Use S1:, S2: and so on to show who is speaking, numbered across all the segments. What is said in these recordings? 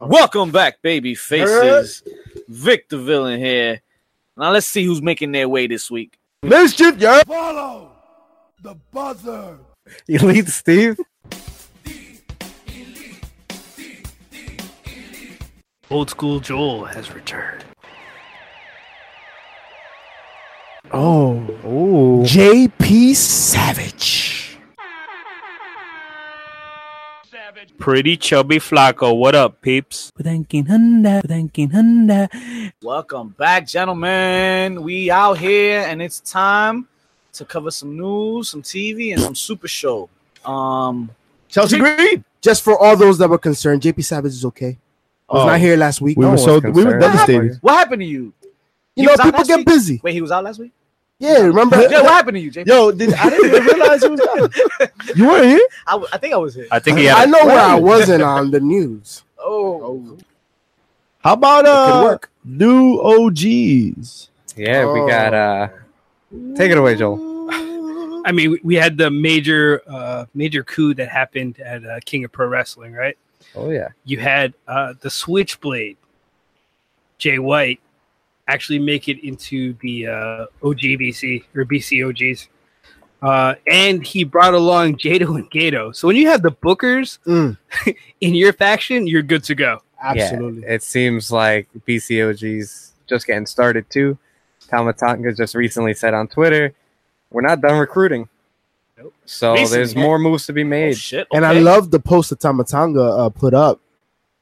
S1: Welcome back, baby faces. Victor Villain here. Now let's see who's making their way this week.
S2: Mischief, yo.
S3: Follow the buzzer.
S2: Elite Steve.
S4: Old school Joel has returned.
S2: Oh.
S4: Oh,
S2: JP Savage.
S4: pretty chubby Flacco. What up, peeps?
S1: Welcome back, gentlemen. We out here and it's time to cover some news, some TV, and some super show. Um
S2: Chelsea Green.
S5: Just for all those that were concerned, JP Savage is okay. I was
S2: Oh.
S5: not here last week.
S6: We
S5: No
S6: were
S5: one
S6: so
S5: was
S6: we were
S5: concerned.
S6: devastated.
S1: what happened to you? He
S5: You know,
S1: was out
S5: people
S1: last
S5: get
S1: week?
S5: busy.
S1: Wait, he was out last week?
S5: Yeah, remember?
S1: Yeah, what happened to you, JP?
S2: Yo, did, I didn't even realize you was out. You were here?
S1: I, w- I think I was here.
S4: I think he
S5: I
S4: had.
S5: know where I wasn't on the news.
S1: oh,
S6: How about
S5: It could
S6: uh
S5: work.
S6: new OGs?
S2: Yeah, we got uh take it away, Joel.
S4: A, I mean, we- we had the major, uh, major coup that happened at uh, King of Pro Wrestling, right?
S2: Oh yeah.
S4: You had uh, the Switchblade, Jay White, actually make it into the uh, OGBC or BCOGs. Uh, and he brought along Jado and Gato. So when you have the Bookers
S5: Mm,
S4: in your faction, you're good to go.
S5: absolutely.
S2: Yeah, it seems like BCOG's just getting started too. Tamatanga just recently said on Twitter, "We're not done recruiting."
S4: Nope.
S2: So
S4: Recently.
S2: there's more moves to be
S1: oh
S2: made.
S1: shit.
S5: And I
S1: okay.
S5: love the post that Tamatanga uh, put up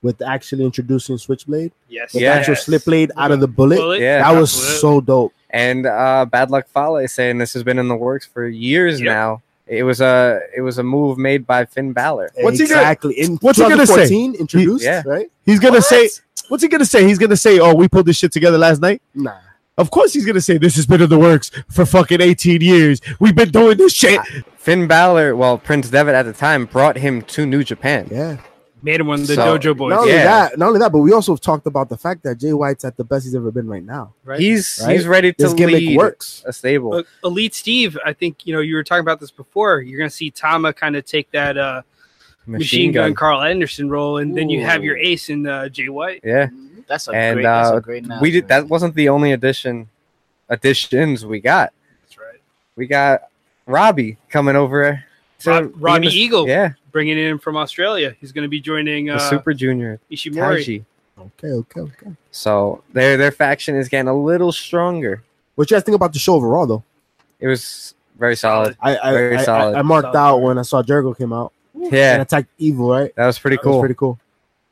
S5: with actually introducing Switchblade,
S4: Yes.
S5: with
S2: Yes.
S5: the actual slip blade out of the bullet.
S4: Bullet.
S2: Yeah.
S5: That was
S4: Absolute.
S5: so dope.
S2: and uh, Bad Luck Fale is saying this has been in the works for years
S4: Yep.
S2: now. It was a it was a move made by Finn Balor.
S6: What's he gonna-
S5: exactly in
S6: what's he gonna say?
S5: 2014 introduced,
S2: yeah.
S5: right?
S6: He's gonna say what's he gonna say? He's gonna say, Oh, we pulled this shit together last night.
S5: Nah.
S6: Of course he's gonna say this has been in the works for fucking 18 years. We've been doing this shit.
S2: Finn Balor, well, Prince Devitt at the time brought him to New Japan.
S5: Yeah.
S4: Made him one of the
S2: So-
S4: dojo boys.
S5: Not only
S2: Yeah.
S5: that, not only that, but we also talked about the fact that Jay White's at the best he's ever been right now.
S4: Right.
S2: He's
S5: Right.
S2: he's ready to
S5: This gimmick
S2: lead
S5: works.
S2: a stable.
S4: Look, Uh, Elite Steve, I think you know you were talking about this before. You're going to see Tama kind of take that uh, machine, gun. Carl Anderson role, and then you have your
S1: Ooh.
S4: ace in uh, Jay White.
S2: Yeah,
S1: That's a
S2: And,
S1: great. That's
S2: uh,
S1: a great.
S2: we
S1: announcement.
S2: did. That wasn't the only addition additions we got.
S4: That's right.
S2: We got Robbie coming over. to
S4: Rob-
S2: the
S4: Robbie
S2: indus-
S5: Oh,
S4: Eagle
S2: Yeah,
S4: bringing in from Australia. He's going to be joining
S2: the
S4: uh,
S2: Super Junior
S4: Ishimori.
S2: Taiji.
S5: Okay, okay, okay.
S2: So their their faction is getting a little stronger.
S5: What you guys think about the show overall, though?
S2: It was very solid.
S5: I I,
S2: Very
S5: I,
S2: solid.
S5: I, I marked
S4: Solid.
S5: out when I saw Jericho came out and
S2: Yeah,
S5: attacked Evil. Right,
S2: that was pretty
S5: That was
S2: cool.
S5: pretty cool.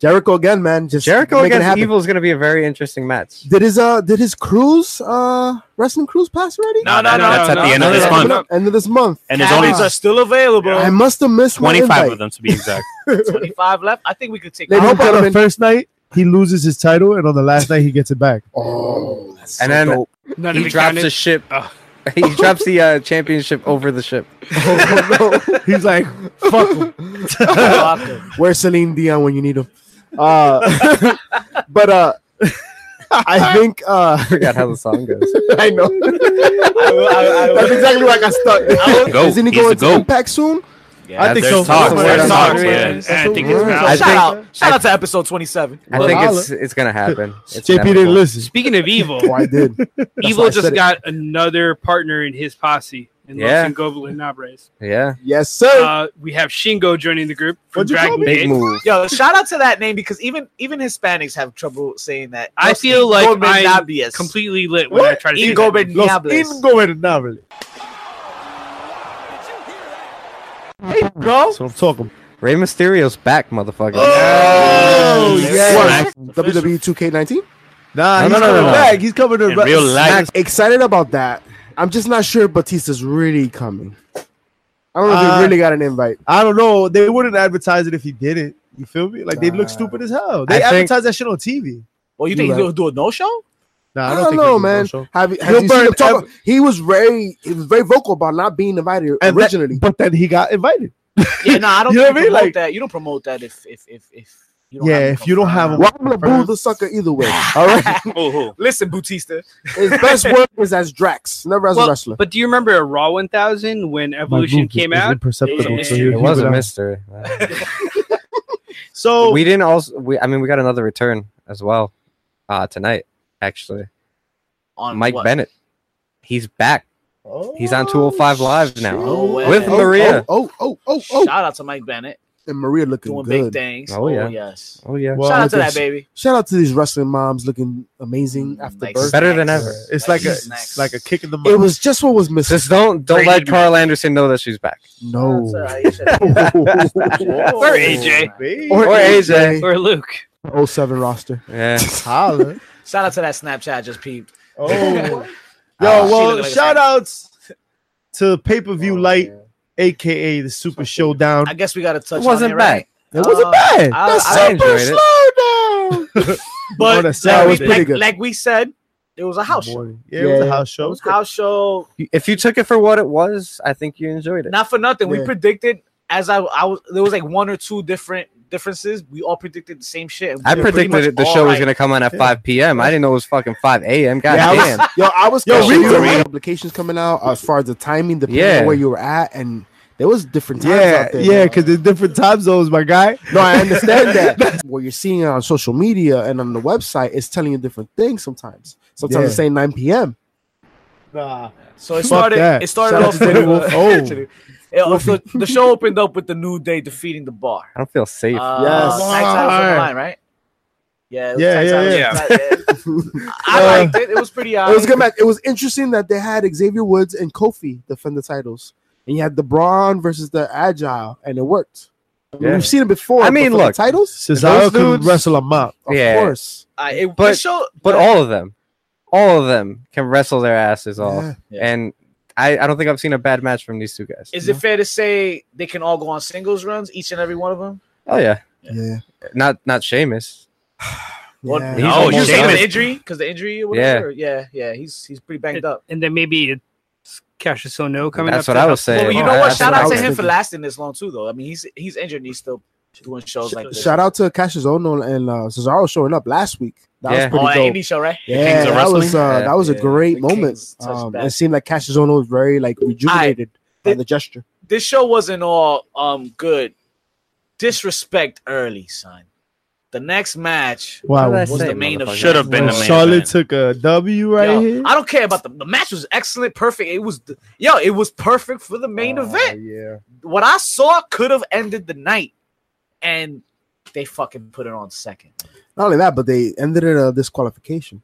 S5: Jericho again, man. Just
S2: Jericho
S5: making it
S2: against
S5: happen.
S2: Evil is going to be a very interesting match.
S5: Did his uh did his cruise uh wrestling cruise pass already?
S1: No, no, no.
S7: That's
S1: no,
S7: at the
S1: no,
S7: end
S1: no,
S7: of this
S1: no,
S7: month.
S1: no.
S5: End of this month. Ah.
S7: And there's
S1: Cabs
S7: only
S1: are still available.
S5: I must have missed my
S7: 25 of
S5: invite.
S7: them to be exact.
S1: 25 left. I think we could take.
S5: Ladies
S6: I
S5: and
S6: hope on the
S5: gentlemen.
S6: first night he loses his title, and on the last night he gets it back.
S5: Oh, that's
S2: And
S5: so
S2: then
S5: dope.
S4: None of
S2: he
S4: it
S2: drops
S4: counted.
S2: the ship.
S4: Oh.
S2: he drops the uh, championship over the ship.
S5: Oh, no.
S6: He's like, "Fuck." him.
S5: Where's Celine Dion when you need him? Uh, but uh, I think uh,
S2: I forgot how the song goes.
S5: I know. That's exactly where I got
S7: He's the
S5: stuck.
S7: goat.
S5: Isn't he
S7: He's the
S5: going to
S7: goat.
S5: Impact soon?
S7: Yeah,
S6: I think
S7: there's
S6: so.
S7: Talks.
S5: That's
S7: There's
S5: what
S7: talks,
S5: I'm
S7: yeah.
S5: saying.
S7: And I
S5: That's
S7: think
S5: what
S7: it's
S5: we're-
S7: valid.
S2: I
S1: shout
S2: think-
S1: out, shout out to episode 27.
S2: I think
S5: Well,
S2: it's it's gonna happen. It's
S6: JP
S2: inevitable.
S6: didn't listen.
S4: Speaking of evil,
S5: Oh, I did. That's why I
S4: evil
S5: said
S4: just
S5: it.
S4: got another partner in his posse in Los
S2: Yeah.
S4: Angeles Nabres.
S2: Yeah,
S5: Yes, sir.
S4: Uh, we have Shingo joining the group from
S5: What'd you call
S4: Dragon
S5: me?
S2: big
S4: Gate.
S2: move.
S1: Yo, shout out to that name because even even Hispanics have trouble saying that.
S4: I feel like
S1: Goldman
S4: I'm
S1: Nabias.
S4: Completely lit when I
S6: What?
S4: try to do that.
S1: Ingobernable.
S6: Los
S1: Diablos.
S6: ingobernables.
S5: Go.
S6: That's what I'm talking. about.
S2: Rey Mysterio's back, motherfucker.
S5: Oh,
S7: yes.
S5: What? WWE 2K19.
S6: Nah,
S2: No,
S6: he's coming
S2: no, no, no, no.
S6: back. He's coming to
S7: In real life.
S5: Max, excited about that. I'm just not sure if Batista's really coming. I don't know if
S6: Uh,
S5: he really got an invite.
S6: I don't know. They wouldn't advertise it if he didn't. You feel me? Like they'd
S5: Nah.
S6: look stupid as hell. They
S2: I think-
S6: advertise that shit on TV.
S1: Well, you
S5: You
S1: think
S5: right.
S1: he'll do a no show?
S6: Nah,
S5: I
S6: I
S5: don't,
S6: don't, think they
S5: know,
S6: do
S5: man.
S6: no show.
S5: Have, you- have
S6: He'll
S5: you seen
S6: burn
S5: him talk
S6: ev-
S5: about- he was very he was very vocal about not being invited
S6: And that-
S5: originally.
S6: but then he got invited.
S1: Yeah, no, I don't
S6: You know what I
S1: think you
S6: mean?
S1: promote
S6: Like-
S1: that. You don't promote that if if if if you
S6: Yeah,
S1: him
S6: if you don't have
S1: confirmed.
S6: him-
S5: Well, I'm gonna boo the sucker either way. All right.
S1: Listen, Bautista.
S5: His best work is as Drax, never as
S4: Well,
S5: a wrestler.
S4: But do you remember a Raw 1000 when Evolution came out?
S6: imperceptible.
S4: so
S6: so
S4: you-
S2: It was a mystery.
S7: Oh.
S1: So
S2: we didn't also. We, I mean, we got another return as well uh, tonight. Actually,
S1: on
S2: Mike
S1: what? Oh,
S2: Bennett, he's back. He's on 205 Live now
S1: No way.
S2: with
S1: Oh,
S2: Maria.
S5: Oh, oh, oh, oh,
S1: Shout out to Mike Bennett
S5: and Maria looking
S1: doing
S5: good.
S1: big things.
S2: Oh, yeah.
S1: yes.
S2: Oh, yeah,
S6: Well,
S1: Shout out to
S5: look at
S1: that baby.
S5: Shout out to these wrestling moms looking amazing after
S1: Like
S5: birth.
S2: Better than
S1: snacks.
S2: ever.
S6: It's like a
S1: snacks.
S6: like a kick in the mouth.
S5: It was just what was missing.
S2: just don't don't
S4: Brady
S2: let Carl Anderson know that she's back.
S5: No,
S1: Whoa.
S4: Or AJ.
S2: Or AJ.
S4: Or Luke.
S5: 07 roster.
S2: Yeah,
S6: Holla.
S1: Shout out to that Snapchat I just peeped.
S6: Oh, yo,
S2: Uh, Oh,
S1: she
S6: well,
S1: looked like a
S6: shout
S1: snake.
S6: outs to pay per view light, aka the Super Showdown.
S1: I guess we got to touch.
S2: it wasn't
S1: on it, right?
S2: back.
S5: It wasn't
S1: Uh,
S5: bad.
S1: I-
S5: That's
S1: I
S5: super
S2: enjoyed it.
S5: slow down.
S1: But
S6: Oh, that
S1: like,
S6: sound
S1: we-
S5: was pretty
S1: like-
S5: good.
S1: like we said, it was a house show.
S6: Morning. Yeah, it was a
S5: Yeah.
S6: house show.
S1: House show.
S2: If you took it for what it was, I think you enjoyed it.
S1: Not for nothing. We
S5: Yeah.
S1: predicted as I, I was there was like one or two different differences. We all predicted the same shit.
S2: I predicted it, the show was gonna come on at 5 p.m. I didn't know it was fucking 5 a.m. God
S5: Yeah, I
S2: damn.
S5: was, yo, I was
S6: Yo,
S5: yo,
S6: we were-
S5: applications coming out as far as the timing, depending
S2: Yeah.
S5: on where you were at, and there was different times
S6: Yeah,
S5: out there.
S6: yeah, because there's different time zones, my guy.
S5: No, I understand that. what you're seeing on social media and on the website is telling you different things sometimes. Sometimes
S6: Yeah.
S5: it's saying 9 p.m.
S6: Nah,
S1: uh, So it
S6: Fuck
S1: started.
S6: that.
S1: It started
S6: Shout out
S1: off
S6: to
S1: with uh,
S6: Jenny Wolf. Oh.
S1: actually, it- also, uh, the show opened up with the new day defeating the bar.
S2: I don't feel safe.
S1: Uh,
S5: Yes.
S1: Tag Titans on the
S6: Bar.
S1: line, right? Yeah, it was
S6: Yeah,
S1: Tag
S6: yeah,
S1: Titans. I
S6: Uh,
S1: liked it. It was pretty.
S5: It was a
S1: alright.
S5: good match. It was interesting that they had Xavier Woods and Kofi defend the titles, and you had the Braun versus the Agile, and it worked. I mean,
S2: Yeah.
S5: We've seen it before.
S2: I
S5: but
S2: mean,
S5: for the
S2: look,
S5: titles,
S6: Cesaro
S2: Those
S6: could
S2: dudes-
S6: wrestle a mop.
S5: of
S2: yeah.
S5: course.
S1: I, it, the
S2: But-
S1: show,
S2: but all of them, all of them can wrestle their asses off.
S5: Yeah.
S1: Yeah.
S2: And I, I don't think I've seen a bad match from these two guys.
S1: Is it fair to say they can all go on singles runs, each and every one of them?
S2: oh yeah,
S5: Yeah.
S2: not not Sheamus.
S1: Well,
S5: Yeah.
S2: He's
S1: no,
S2: almost
S1: you
S2: done.
S1: saying the injury because the injury or whatever. Yeah. yeah, he's he's pretty banged up.
S4: And then maybe it's Cash Sono coming
S2: That's
S4: up.
S2: what I was saying.
S1: Well, you
S2: Oh,
S1: know
S2: I-
S1: what?
S2: I
S1: Shout
S2: think
S1: out to
S2: I
S1: him
S2: was-
S1: for lasting this long too, though. I mean, he's he's injured and he's still doing shows like this.
S5: Shout out to Cassius Ono and uh, Cesaro showing up last week. That
S2: Yeah.
S5: was
S1: Oh,
S5: pretty
S1: at
S5: dope.
S1: indie show, right?
S5: Yeah,
S2: Kings of
S5: that was uh,
S2: Wrestling? Yeah.
S5: that was a
S1: Yeah.
S5: great
S1: The Kings
S5: moment.
S1: touched
S5: Um,
S1: back.
S5: it seemed like Cassius Ono was very like rejuvenated by
S1: Th-
S5: the gesture.
S1: This show wasn't all um good. Disrespect early, son. The next match
S6: Wow,
S2: What did I
S1: was
S2: say,
S1: the main event.
S7: Should have been
S6: When
S7: the main
S6: Charlotte
S7: event.
S6: took a W right
S1: Yo,
S6: here.
S1: I don't care about the, the match was excellent, perfect. It was th- yo, it was perfect for the main event.
S6: Yeah,
S1: What I saw could have ended the night, and they fucking put it on second.
S5: Not only that, but they ended it uh, a disqualification.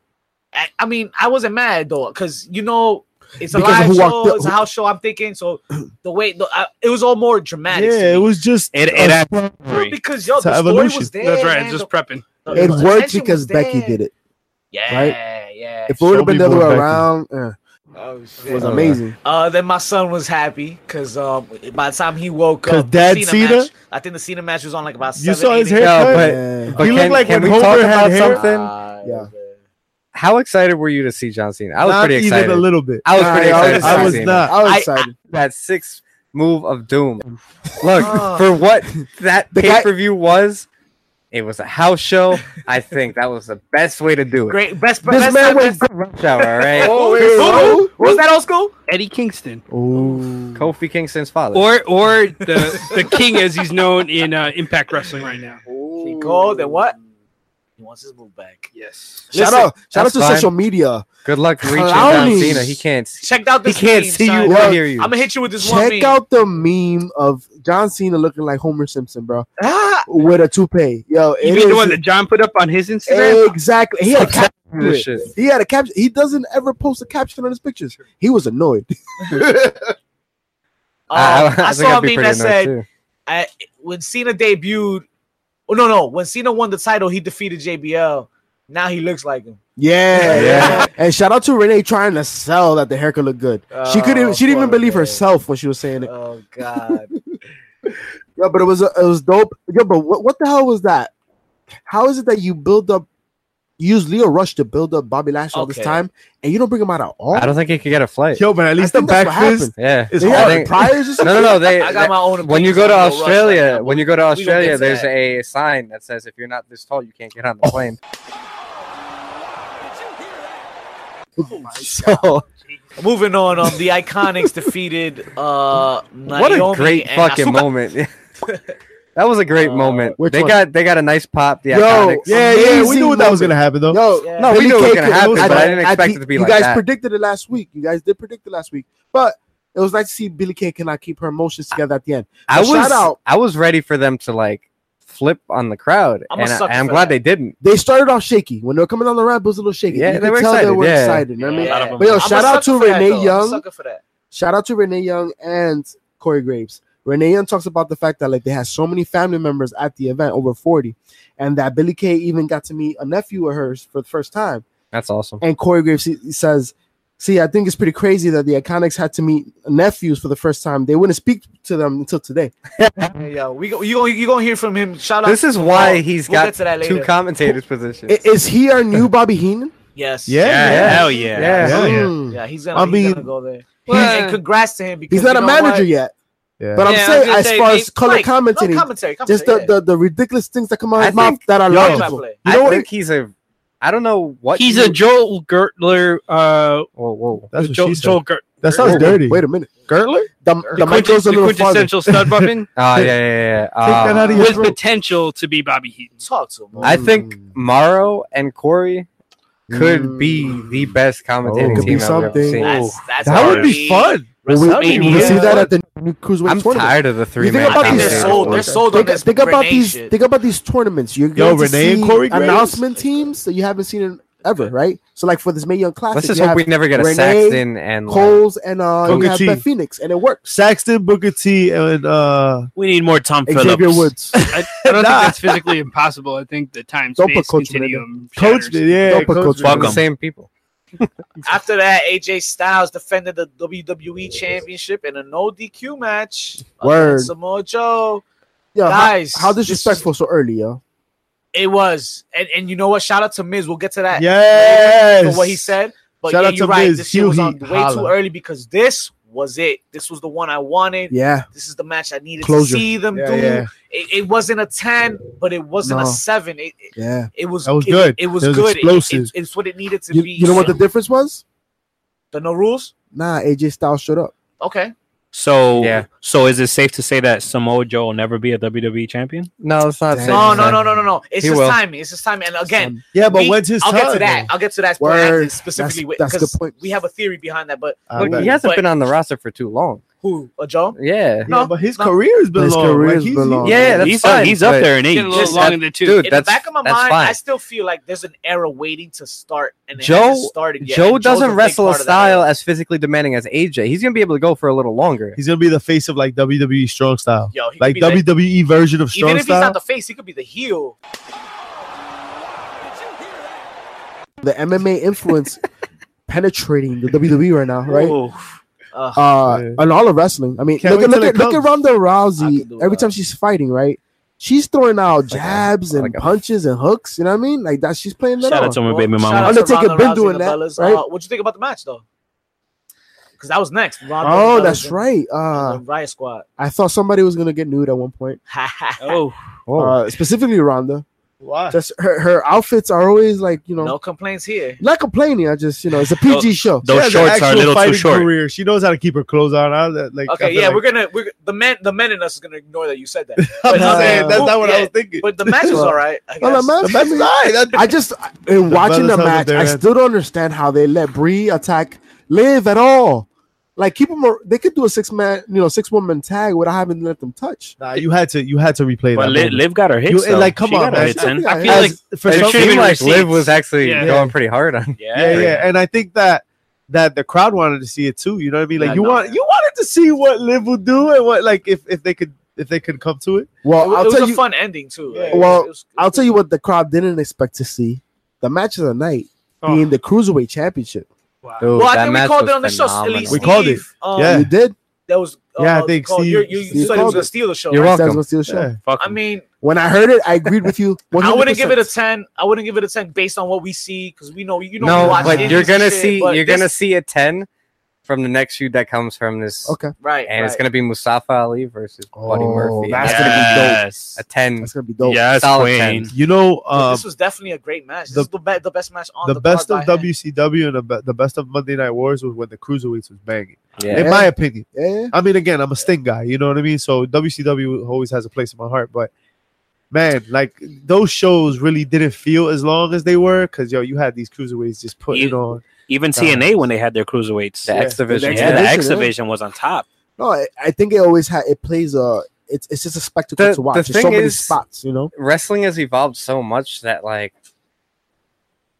S1: I, I mean, I wasn't mad though, because you know it's a
S5: Because of
S1: live
S5: who
S1: show,
S5: walked up-
S1: it's a house show. I'm thinking so. The way the, I, it was all more dramatic. to
S6: yeah, it
S1: me.
S6: was just
S7: It-
S6: a
S7: it had-
S6: sp-
S1: Well, because yo,
S6: It's
S1: the
S6: an
S1: story
S6: evolution.
S1: was there.
S4: That's right.
S1: man.
S4: Just
S1: The-
S4: prepping.
S1: the
S5: It
S1: attention
S5: worked
S1: Oh, was
S5: because Becky
S1: there.
S5: did it.
S1: Yeah, yeah.
S5: If it would
S6: Show
S5: have been
S6: me
S5: the other
S6: more
S5: way
S6: Becky.
S5: around, eh,
S1: oh
S5: it was
S1: shit.
S2: Yeah.
S5: amazing.
S1: Uh, then my son was happy because um, by the time he woke
S6: 'Cause
S1: up,
S6: Dad Cena?
S1: match, I think the Cena match was on like about.
S6: You
S1: seven,
S6: saw his
S1: eight
S6: haircut.
S2: No, but-
S5: Yeah.
S2: But
S6: He looked
S2: can,
S6: like
S2: can we
S6: when
S2: talk
S6: Homer had
S2: about
S6: hair.
S1: AM.
S2: something?
S1: Ah,
S5: Yeah.
S2: Uh, How excited were you to see John Cena? I was
S6: not
S2: pretty excited.
S6: even a little bit.
S2: I was pretty
S5: Nah,
S2: excited. to
S6: I
S2: see
S6: was
S2: him.
S6: not.
S5: I was
S1: I-
S5: excited.
S2: that sixth move of doom. Look,
S6: Ah.
S2: for what that
S5: The guy-
S2: pay per view was, it was a house show. I think that was the best way to do it.
S1: Great, best,
S5: this
S1: best,
S5: man
S1: best,
S5: was
S1: best,
S2: Rush hour, right?
S1: Oh, wait,
S5: Oh,
S1: who? was that old school?
S4: Eddie Kingston.
S2: Kofi Kingston's father.
S4: Or or the, the king as he's known in uh, Impact Wrestling right now.
S1: He called and what? He wants his move back.
S4: Yes.
S5: shout out, shout out
S2: that's
S5: to
S2: fine.
S5: social media.
S2: Good luck reaching John
S5: Clownies.
S2: Cena. He can't. See.
S1: Checked out
S2: He
S1: this.
S2: can't
S1: meme,
S2: see
S1: son.
S2: you or hear you.
S1: I'm gonna hit you with this one.
S5: Check
S1: meme.
S5: out the meme of John Cena looking like Homer Simpson, bro,
S1: Ah,
S5: with a toupee. Yo,
S4: You
S5: it
S4: mean the
S5: is-
S4: one that John put up on his Instagram?
S5: exactly. He had a cap-
S2: this shit.
S5: he had a caption. He doesn't ever post a caption on his pictures. He was annoyed.
S1: um, I, saw a meme that said I, when Cena debuted. Oh no, no! When Cena won the title, he defeated JBL. Now he looks like him.
S5: Yeah,
S2: Yeah.
S5: And shout out to Renee trying to sell that the hair could look good. she
S1: Oh,
S5: couldn't. She didn't even
S1: poor
S5: believe
S1: Renee.
S5: herself when she was saying it.
S1: Oh God!
S5: Yeah, but it was it was dope. Yeah, but what, what the hell was that? How is it that you build up? You use Leo Rush to build up Bobby Lashley all this
S1: Okay.
S5: time, and you don't bring him out at all.
S2: I don't think he could get a flight.
S6: Yo, but at least the
S5: think that's
S6: back
S5: what
S6: fist
S5: happened.
S2: Yeah.
S6: is
S5: They
S2: I
S5: had
S6: hard.
S2: think-
S5: priors or
S2: No,
S5: something?
S2: no, no. They,
S1: I got my own.
S2: when you
S1: opinions
S2: go to
S1: on Lil Rush right
S2: Australia,
S1: now.
S2: when you go to
S1: gonna get
S2: Australia,
S1: to
S2: there's
S1: that.
S2: a sign that says if you're not this tall, you can't get on the plane. so
S1: Moving on, um, the Iconics defeated uh Naomi
S2: what a great
S1: and
S2: fucking
S1: Asuka.
S2: moment. that That was a great
S1: Uh,
S2: moment.
S6: which
S2: They
S6: one?
S2: got they got a nice pop. The
S5: Yo,
S2: Iconics.
S6: Yeah, yeah, we
S5: Amazing
S6: knew what that was
S5: moment.
S6: gonna happen though.
S5: Yo,
S1: Yeah.
S2: No, we
S5: Billy
S2: knew it was
S5: Kay
S2: gonna
S5: could-
S2: happen,
S5: at-
S2: but I didn't
S5: at
S2: expect
S5: the-
S2: it to be
S5: you
S2: like
S5: guys
S2: that.
S5: predicted it last week. You guys did predict it last week, but it was nice to see Billy Kay cannot keep her emotions together at the end.
S2: I
S5: So shout
S2: was
S5: out.
S2: I was ready for them to like flip on the crowd,
S1: I'm a
S2: and, I,
S1: sucker
S2: am
S1: for
S2: glad
S1: that.
S2: they didn't.
S5: They started off shaky when they were coming down the ramp. It was a little shaky.
S2: Yeah,
S5: you
S2: they
S5: could
S2: were
S5: tell they
S2: excited,
S5: were
S2: yeah.
S5: excited. You know what I mean?
S1: Yeah.
S7: lot of them
S5: But yo,
S7: were.
S1: I'm a
S5: shout out
S1: sucker
S5: to
S1: for that,
S5: Renee
S1: though. I'm a
S5: Young.
S1: sucker for that.
S5: Shout out to Renee Young and Corey Graves. Renee Young talks about the fact that like they had so many family members at the event, over 40, and that Billy Kay even got to meet a nephew of hers for the first time.
S2: That's awesome.
S5: And Corey Graves he- says, See, I think it's pretty crazy that the Iconics had to meet nephews for the first time. They wouldn't speak to them until today.
S1: Hey, yo, we go, you gonna you gonna hear from him. Shout out.
S2: This is why
S1: Oh,
S2: he's
S1: we'll
S2: got
S1: get to that
S2: two
S1: later.
S2: commentators positions.
S5: I- Is he our new Bobby Heenan?
S1: yes.
S6: Yeah,
S7: Yeah,
S6: yeah.
S7: hell yeah.
S2: Yeah.
S6: Hell yeah.
S5: Mm.
S1: Yeah, he's gonna,
S5: I
S1: he's
S5: mean-
S1: gonna go there.
S4: Well-
S1: and congrats to him because
S5: He's not
S1: you
S5: a
S1: know
S5: manager
S1: what?
S5: yet,
S6: Yeah.
S5: but I'm
S4: Yeah, I was
S5: saying
S4: gonna
S5: as
S4: say,
S5: far
S4: he-
S5: as color
S1: Like, no
S5: commentating,
S1: commentary,
S5: just the,
S1: commentary, yeah.
S5: the, Oh. the ridiculous things that come out of
S2: I
S5: his mouth
S2: think-
S5: that are
S2: Yo.
S5: logical.
S1: Play-by-play.
S5: You know
S2: I
S5: what?
S2: think he's a. I don't know what
S4: He's
S2: you-
S4: a Joel Gertler. Uh,
S2: Whoa, whoa.
S6: That's what
S4: Joel,
S6: she said.
S4: Joel Gert.
S6: That sounds dirty.
S5: Wait a minute.
S6: Gertler?
S5: The,
S4: The,
S5: the mic goes a
S4: quintess- the
S5: little farther.
S4: quintessential stud muffin
S2: Ah, yeah, yeah, yeah, yeah.
S6: Take that
S2: Uh,
S6: out of your
S4: with
S6: throat.
S4: potential to be Bobby Heaton.
S1: Talk to him. bro.
S2: I think
S5: Mm.
S2: Morrow and Corey could
S5: Mm.
S2: be the best commentating
S6: could be
S2: team I've ever
S5: something.
S2: seen.
S1: That's,
S7: Mm.
S1: that's
S6: That would
S1: already-
S6: be fun.
S5: Will we,
S1: WrestleMania.
S5: will we see that at the new cruiserweight
S2: I'm
S5: tournament.
S2: tired of the three man.
S5: think about
S1: I think they're
S5: Yeah.
S1: sold. They're sold on
S5: Think,
S1: this.
S5: think about
S1: Renee
S5: these.
S1: shit.
S5: Think about these tournaments. You're going to
S6: Renee and
S5: see
S6: Corey Graves?
S5: announcement teams that you haven't seen in ever, right? So like for this May Young Classic,
S2: Let's just
S5: you
S2: hope we never get a
S5: Renee,
S2: Saxton and
S5: have
S2: like,
S5: Coles and uh, you
S6: Booker
S5: have
S6: T.
S5: Beth Phoenix, and it works.
S6: Saxton, Booker T, and uh,
S7: We need more Tom
S5: Xavier
S7: Phillips.
S5: Woods.
S4: I, I don't
S6: Nah.
S4: think that's physically impossible. I think the time
S5: Don't put
S4: space
S5: Coach Manning.
S4: continuum.
S6: Coach.
S4: shatters.
S6: Yeah,
S5: Don't put Coach
S6: Coach.
S2: fuck
S7: Welcome.
S2: the same people.
S1: After that, AJ Styles defended the WWE Championship in a no DQ match.
S5: Word.
S1: against Samoa Joe.
S5: Yo, how,
S1: Guys,
S5: how
S1: this is-
S5: disrespectful so early, yo?
S1: It was, and and you know what? Shout out to Miz. We'll get to that.
S6: Yes.
S1: for what he said. But
S6: Shout
S1: yeah,
S6: out
S1: you're
S6: to
S1: right.
S6: Miz.
S1: This shit was
S6: Hugh
S1: on
S6: Heat
S1: way too
S6: Holla.
S1: early because this was it. This was the one I wanted.
S5: Yeah,
S1: This is the match I needed
S5: Closure.
S1: to see them
S6: Yeah,
S1: do.
S6: yeah.
S1: It, it wasn't a ten, but it wasn't a
S5: No.
S1: seven. It, it,
S5: yeah.
S1: it was.
S6: That was
S1: it-
S6: good.
S1: It was,
S6: It was
S1: good. It-
S6: explosive.
S1: it- it's what it needed to
S5: You,
S1: be.
S5: you know what the difference was?
S1: The no rules.
S5: Nah, AJ Styles showed up.
S1: Okay.
S7: So,
S2: Yeah.
S7: so is it safe to say that Samoa Joe will never be a WWE champion?
S2: No, it's
S5: Damn.
S2: not. safe to
S1: No, no,
S2: say.
S1: no, no, no, no. It's
S2: He
S1: his
S2: will.
S1: timing. It's his timing. And again,
S6: Yeah, but
S1: we-
S6: when's his
S1: I'll
S6: time?
S1: get to that. I'll get to that point
S5: Word.
S1: after, specifically with
S5: That's- that's
S1: because
S5: good point.
S1: we have a theory behind that. But
S6: I
S2: Look,
S6: bet.
S2: he hasn't
S1: But-
S2: been on the roster for too long.
S1: who? A Joe?
S2: Yeah.
S6: Yeah,
S1: No,
S6: but his
S1: no.
S6: career has been
S5: His
S6: long.
S5: career
S6: Like,
S5: has
S6: he's-
S5: been long.
S2: Yeah, that's
S7: he's
S2: fine,
S7: up, he's up
S2: but-
S7: there in age.
S4: Getting a little
S1: Listen,
S4: long in the tooth.
S2: Dude,
S1: in the
S2: that's-
S1: back of my
S2: that's
S1: mind,
S2: fine.
S1: I still feel like there's an era waiting to start, and it
S2: Joe-
S1: hasn't started yet.
S2: Joe
S1: and Joe's
S2: doesn't
S1: big
S2: wrestle a
S1: part of that
S2: style
S1: era.
S2: as physically demanding as AJ. He's gonna be able to go for a little longer.
S6: He's gonna be the face of like WWE strong style,
S1: Yo, he could
S6: like
S1: be the-
S6: WWE version of
S1: even
S6: strong
S1: if he's
S6: style.
S1: not the face, he could be the heel.
S5: The MMA influence penetrating the WWE right now, right?
S1: Uh,
S5: uh
S6: Yeah.
S5: on all of wrestling. I mean,
S6: Can't
S5: look,
S6: wait
S5: look
S6: till
S5: at
S6: it
S5: look at
S6: comes.
S5: Ronda
S1: I
S5: Rousey.
S1: could do
S5: Every
S1: that.
S5: time she's fighting, right? She's throwing out
S2: like a-
S5: jabs and
S2: like a-
S5: punches and hooks. You know what I mean? Like that, she's playing that
S7: Shout
S5: out.
S7: out to my
S1: well,
S7: baby
S1: shout
S7: mama.
S1: out to
S5: Undertaker
S1: Ronda
S5: been
S1: Rousey
S5: doing
S1: and the
S5: that,
S1: Bellas.
S5: right?
S1: Uh, what'd you think about the match though? Because that was next. Ronda
S5: oh,
S1: and
S5: that's
S1: Bellas
S5: right.
S1: and-
S5: Uh,
S1: and Riot Squad.
S5: I thought somebody was gonna get nude at one point.
S7: Oh,
S2: Whoa.
S5: Uh, specifically Ronda.
S6: Why?
S5: Just her, her outfits are always like you know,
S1: no complaints here.
S5: not complaining. I just you know, it's a PG show.
S7: those
S6: She has an
S7: shorts are a
S6: actual
S7: little too
S6: fighting
S7: short.
S6: Career. She knows how to keep her clothes on. I, was, uh, like, I
S1: Okay,
S6: feel
S1: yeah,
S6: like-
S1: we're gonna we're the men the men in us is gonna ignore that you said that.
S6: I'm
S1: But,
S6: just
S1: uh,
S6: saying that's not what I
S1: yeah,
S6: was thinking.
S1: But the match was all right. I
S5: Well, the
S1: guess.
S5: match-
S6: the match is all right. That-
S5: I just in watching
S6: brothers
S5: the
S6: held
S5: match,
S6: up their
S5: I
S6: heads.
S5: still don't understand how they let Bree attack Liv at all. Like keep them. They could do a six man, you know, six woman tag without having to let them touch.
S6: Nah, you had to you had to replay
S7: but
S6: that.
S7: Liv,
S6: moment.
S7: Liv got her hits.
S6: You-
S7: though.
S6: like, come
S7: she
S6: on,
S7: got her
S6: man.
S7: hits in.
S5: I
S7: I
S5: feel
S7: feel
S6: As-
S7: like
S6: for some
S2: It
S7: should've been
S2: seemed like
S7: receipts.
S2: Liv was actually
S4: Yeah.
S2: going pretty hard on.
S7: yeah,
S6: yeah, yeah, and I think that that the crowd wanted to see it too. You know what I mean? Like
S1: Yeah,
S6: you
S1: no,
S6: want
S1: yeah.
S6: you wanted to see what Liv would do and what like if if they could if they could come to it.
S1: It,
S5: Well,
S1: wa- it
S5: I'll
S1: was
S5: tell
S1: a
S5: you.
S1: fun ending too.
S6: Yeah.
S1: Like, it was-
S5: Well,
S1: it was-
S5: I'll tell you what the crowd didn't expect to see: the match of the night
S4: Oh.
S5: being the cruiserweight championship.
S4: wow.
S2: Dude,
S1: Well, I
S2: that
S1: think we
S2: match
S1: called
S2: was
S1: it on the show. At
S2: phenomenal.
S1: least
S6: We called it.
S1: Um,
S6: Yeah.
S5: You did.
S1: that was. Uh,
S6: Yeah, I think
S1: called, you,
S6: Steve-
S1: you, you
S5: Steve
S1: said it was
S5: called
S1: gonna
S5: it.
S1: steal the show.
S2: You're
S1: right?
S5: That was
S2: welcome.
S5: gonna steal the show.
S6: Yeah.
S7: fuck
S1: I
S7: 'em.
S1: mean,
S5: When I heard it, I agreed with you. 100%.
S1: I wouldn't give it a ten. I wouldn't give it a ten based on what we see because we know you know. we
S2: No,
S1: watch
S2: but
S1: indies
S2: you're
S1: and
S2: gonna
S1: shit,
S2: see
S1: but
S2: you're
S1: this-
S2: gonna see a ten from the next shoot that comes from this,
S5: Okay,
S1: right,
S2: and it's
S1: right.
S2: gonna be Mustafa Ali versus Buddy
S5: Oh,
S2: Murphy.
S5: that's
S2: And
S7: yes.
S2: a ten.
S5: that's gonna be dope.
S7: Yes,
S2: Solid
S7: queen.
S6: You know,
S1: But
S6: um,
S1: this was definitely a great match. This
S6: the-
S1: is the, be- the best match on
S6: the,
S1: the,
S6: best of
S1: card by hand.
S6: WCW and the, be- the best of Monday Night Wars was when the cruiserweights was banging.
S2: Yeah.
S6: in my opinion.
S5: Yeah,
S6: I mean, again, I'm a Sting guy. You know what I mean? So WCW always has a place in my heart. But man, like those shows really didn't feel as long as they were because yo, you had these cruiserweights just putting
S7: You-
S6: on.
S7: Even TNA when they had their cruiserweights.
S2: The X Division.
S7: yeah, the
S5: Division,
S7: X
S5: yeah.
S7: Division was on top.
S5: no, I, I think it always ha it plays a. It's it's just a spectacle
S2: The-
S5: to watch.
S2: the
S5: There's so
S2: thing
S5: many
S2: is-
S5: spots, you know.
S2: wrestling has evolved so much that like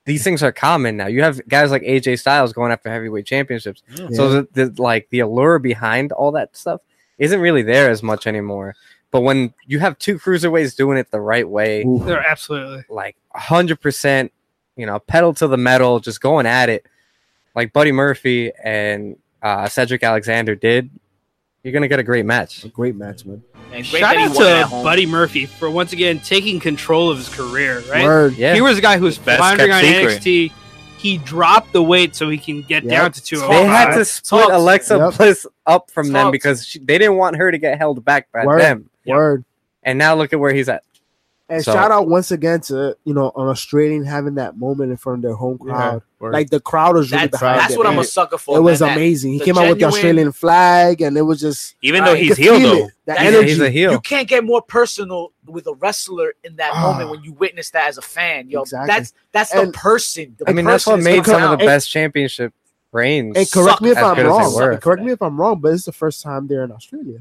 S2: these things are common now. You have guys like AJ Styles going after heavyweight championships. So the, the like the allure behind all that stuff isn't really there as much anymore. But when you have two cruiserweights doing it the right way,
S4: No, absolutely.
S2: like 100%, you know, pedal to the metal, just going at it, like Buddy Murphy and uh, Cedric Alexander did, you're going to get a great match.
S5: A great match, man.
S1: And great
S4: Shout
S1: that he
S4: out
S1: won at
S4: to
S1: home.
S4: Buddy Murphy for once again taking control of his career. Right,
S5: Word.
S2: Yeah.
S4: he was a guy who was
S7: Best
S4: floundering on
S7: kept secret.
S4: NXT. He dropped the weight so he can get
S5: Yep.
S4: down to two
S2: They
S4: hundred
S2: had
S4: five.
S2: to split
S1: Talks.
S2: Alexa
S5: Yep.
S2: Bliss up from them
S1: Talks.
S2: because she, they didn't want her to get held back by
S5: Word.
S2: them.
S5: Word.
S2: And now look at where he's at.
S5: And
S2: So-
S5: shout out once again to you know an Australian having that moment in front of their home crowd. Like the crowd was really
S1: That's,
S5: behind
S1: that's
S5: it,
S1: what I'm
S5: man.
S1: a sucker for.
S5: It was
S1: man. That-
S5: amazing. He
S1: the
S5: came out with the
S1: genuine-
S5: Australian flag, and it was just
S7: Even though
S1: Right.
S7: he's
S5: you could
S7: healed
S5: feel
S7: though.
S5: it, that
S1: That-
S2: He's a,
S5: energy.
S2: he's a heel.
S1: You can't get more personal with a wrestler in that
S6: Ah.
S1: moment when you witness that as a fan. Yo,
S5: Exactly.
S1: that's that's
S5: And-
S1: the person. The
S2: I mean, that's
S1: person
S2: what
S1: is
S2: made
S1: coming
S2: some of
S1: out.
S2: the best championship reigns.
S5: And correct me if
S2: as
S5: I'm
S2: good as they
S5: wrong.
S2: were.
S5: and Correct me if I'm wrong, but it's the first time they're in Australia.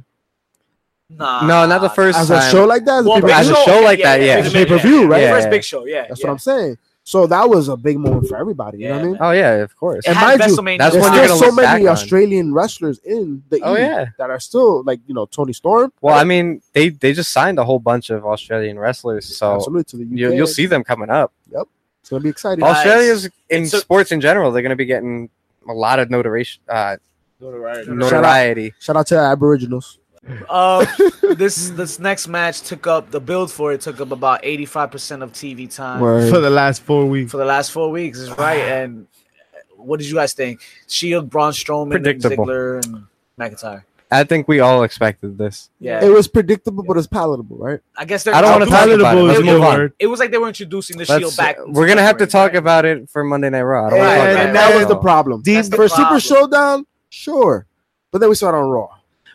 S1: Nah,
S2: No, not the first
S5: As
S2: time.
S5: a show like that, as a
S1: Well,
S5: pay-per-view.
S2: as a show like that, yeah.
S5: Pay per view, right?
S2: Yeah.
S1: First big show, yeah.
S5: That's
S1: yeah.
S5: what I'm saying. So that was a big moment for everybody. You know
S1: Yeah,
S5: what I mean?
S1: man.
S2: oh, yeah, of course.
S1: It
S5: And
S1: had
S5: mind you,
S1: WrestleMania
S2: that's
S5: There's
S2: when
S1: vibes.
S2: you're
S5: still
S2: gonna
S5: so
S2: look back
S5: many
S2: on.
S5: Australian wrestlers in the
S2: Oh,
S5: E
S2: yeah.
S5: that are still like you know Tony Storm.
S2: Well, I mean, they, they just signed a whole bunch of Australian wrestlers, so
S5: absolutely to the
S2: you,
S5: UK.
S2: you'll see them coming up.
S5: It's gonna be exciting.
S1: Guys,
S2: Australia's in
S1: it's a-
S2: sports in general, they're going to be getting a lot of notoriety. Uh, notoriety.
S5: Shout out to the Aboriginals.
S1: Uh, this this next match took up the build for it took up about eighty five percent of TV time
S6: for the last four weeks.
S1: for the last four weeks. Is right. And what did you guys think? Shield, Braun Strowman, and
S2: Predictable.
S1: Ziggler, and McIntyre.
S2: I think we all expected this.
S1: Yeah,
S5: It was predictable, but it's palatable, right?
S1: I guess they're.
S2: I don't
S1: they're
S2: wanna
S1: doing-
S2: talk about it.
S6: Palatable is
S1: Let's
S6: the
S1: move
S6: word.
S1: on. It was like they were introducing the Shield
S2: Let's,
S1: back.
S2: we're gonna have to talk about
S1: about.
S2: it for Monday Night Raw. I
S5: And,
S2: don't wanna talk
S1: right,
S2: about
S5: and
S2: it
S5: that
S2: right
S5: was
S2: now.
S5: the problem.
S6: That's
S1: the
S5: for
S1: problem.
S5: Super Showdown, sure, but then we saw it on Raw.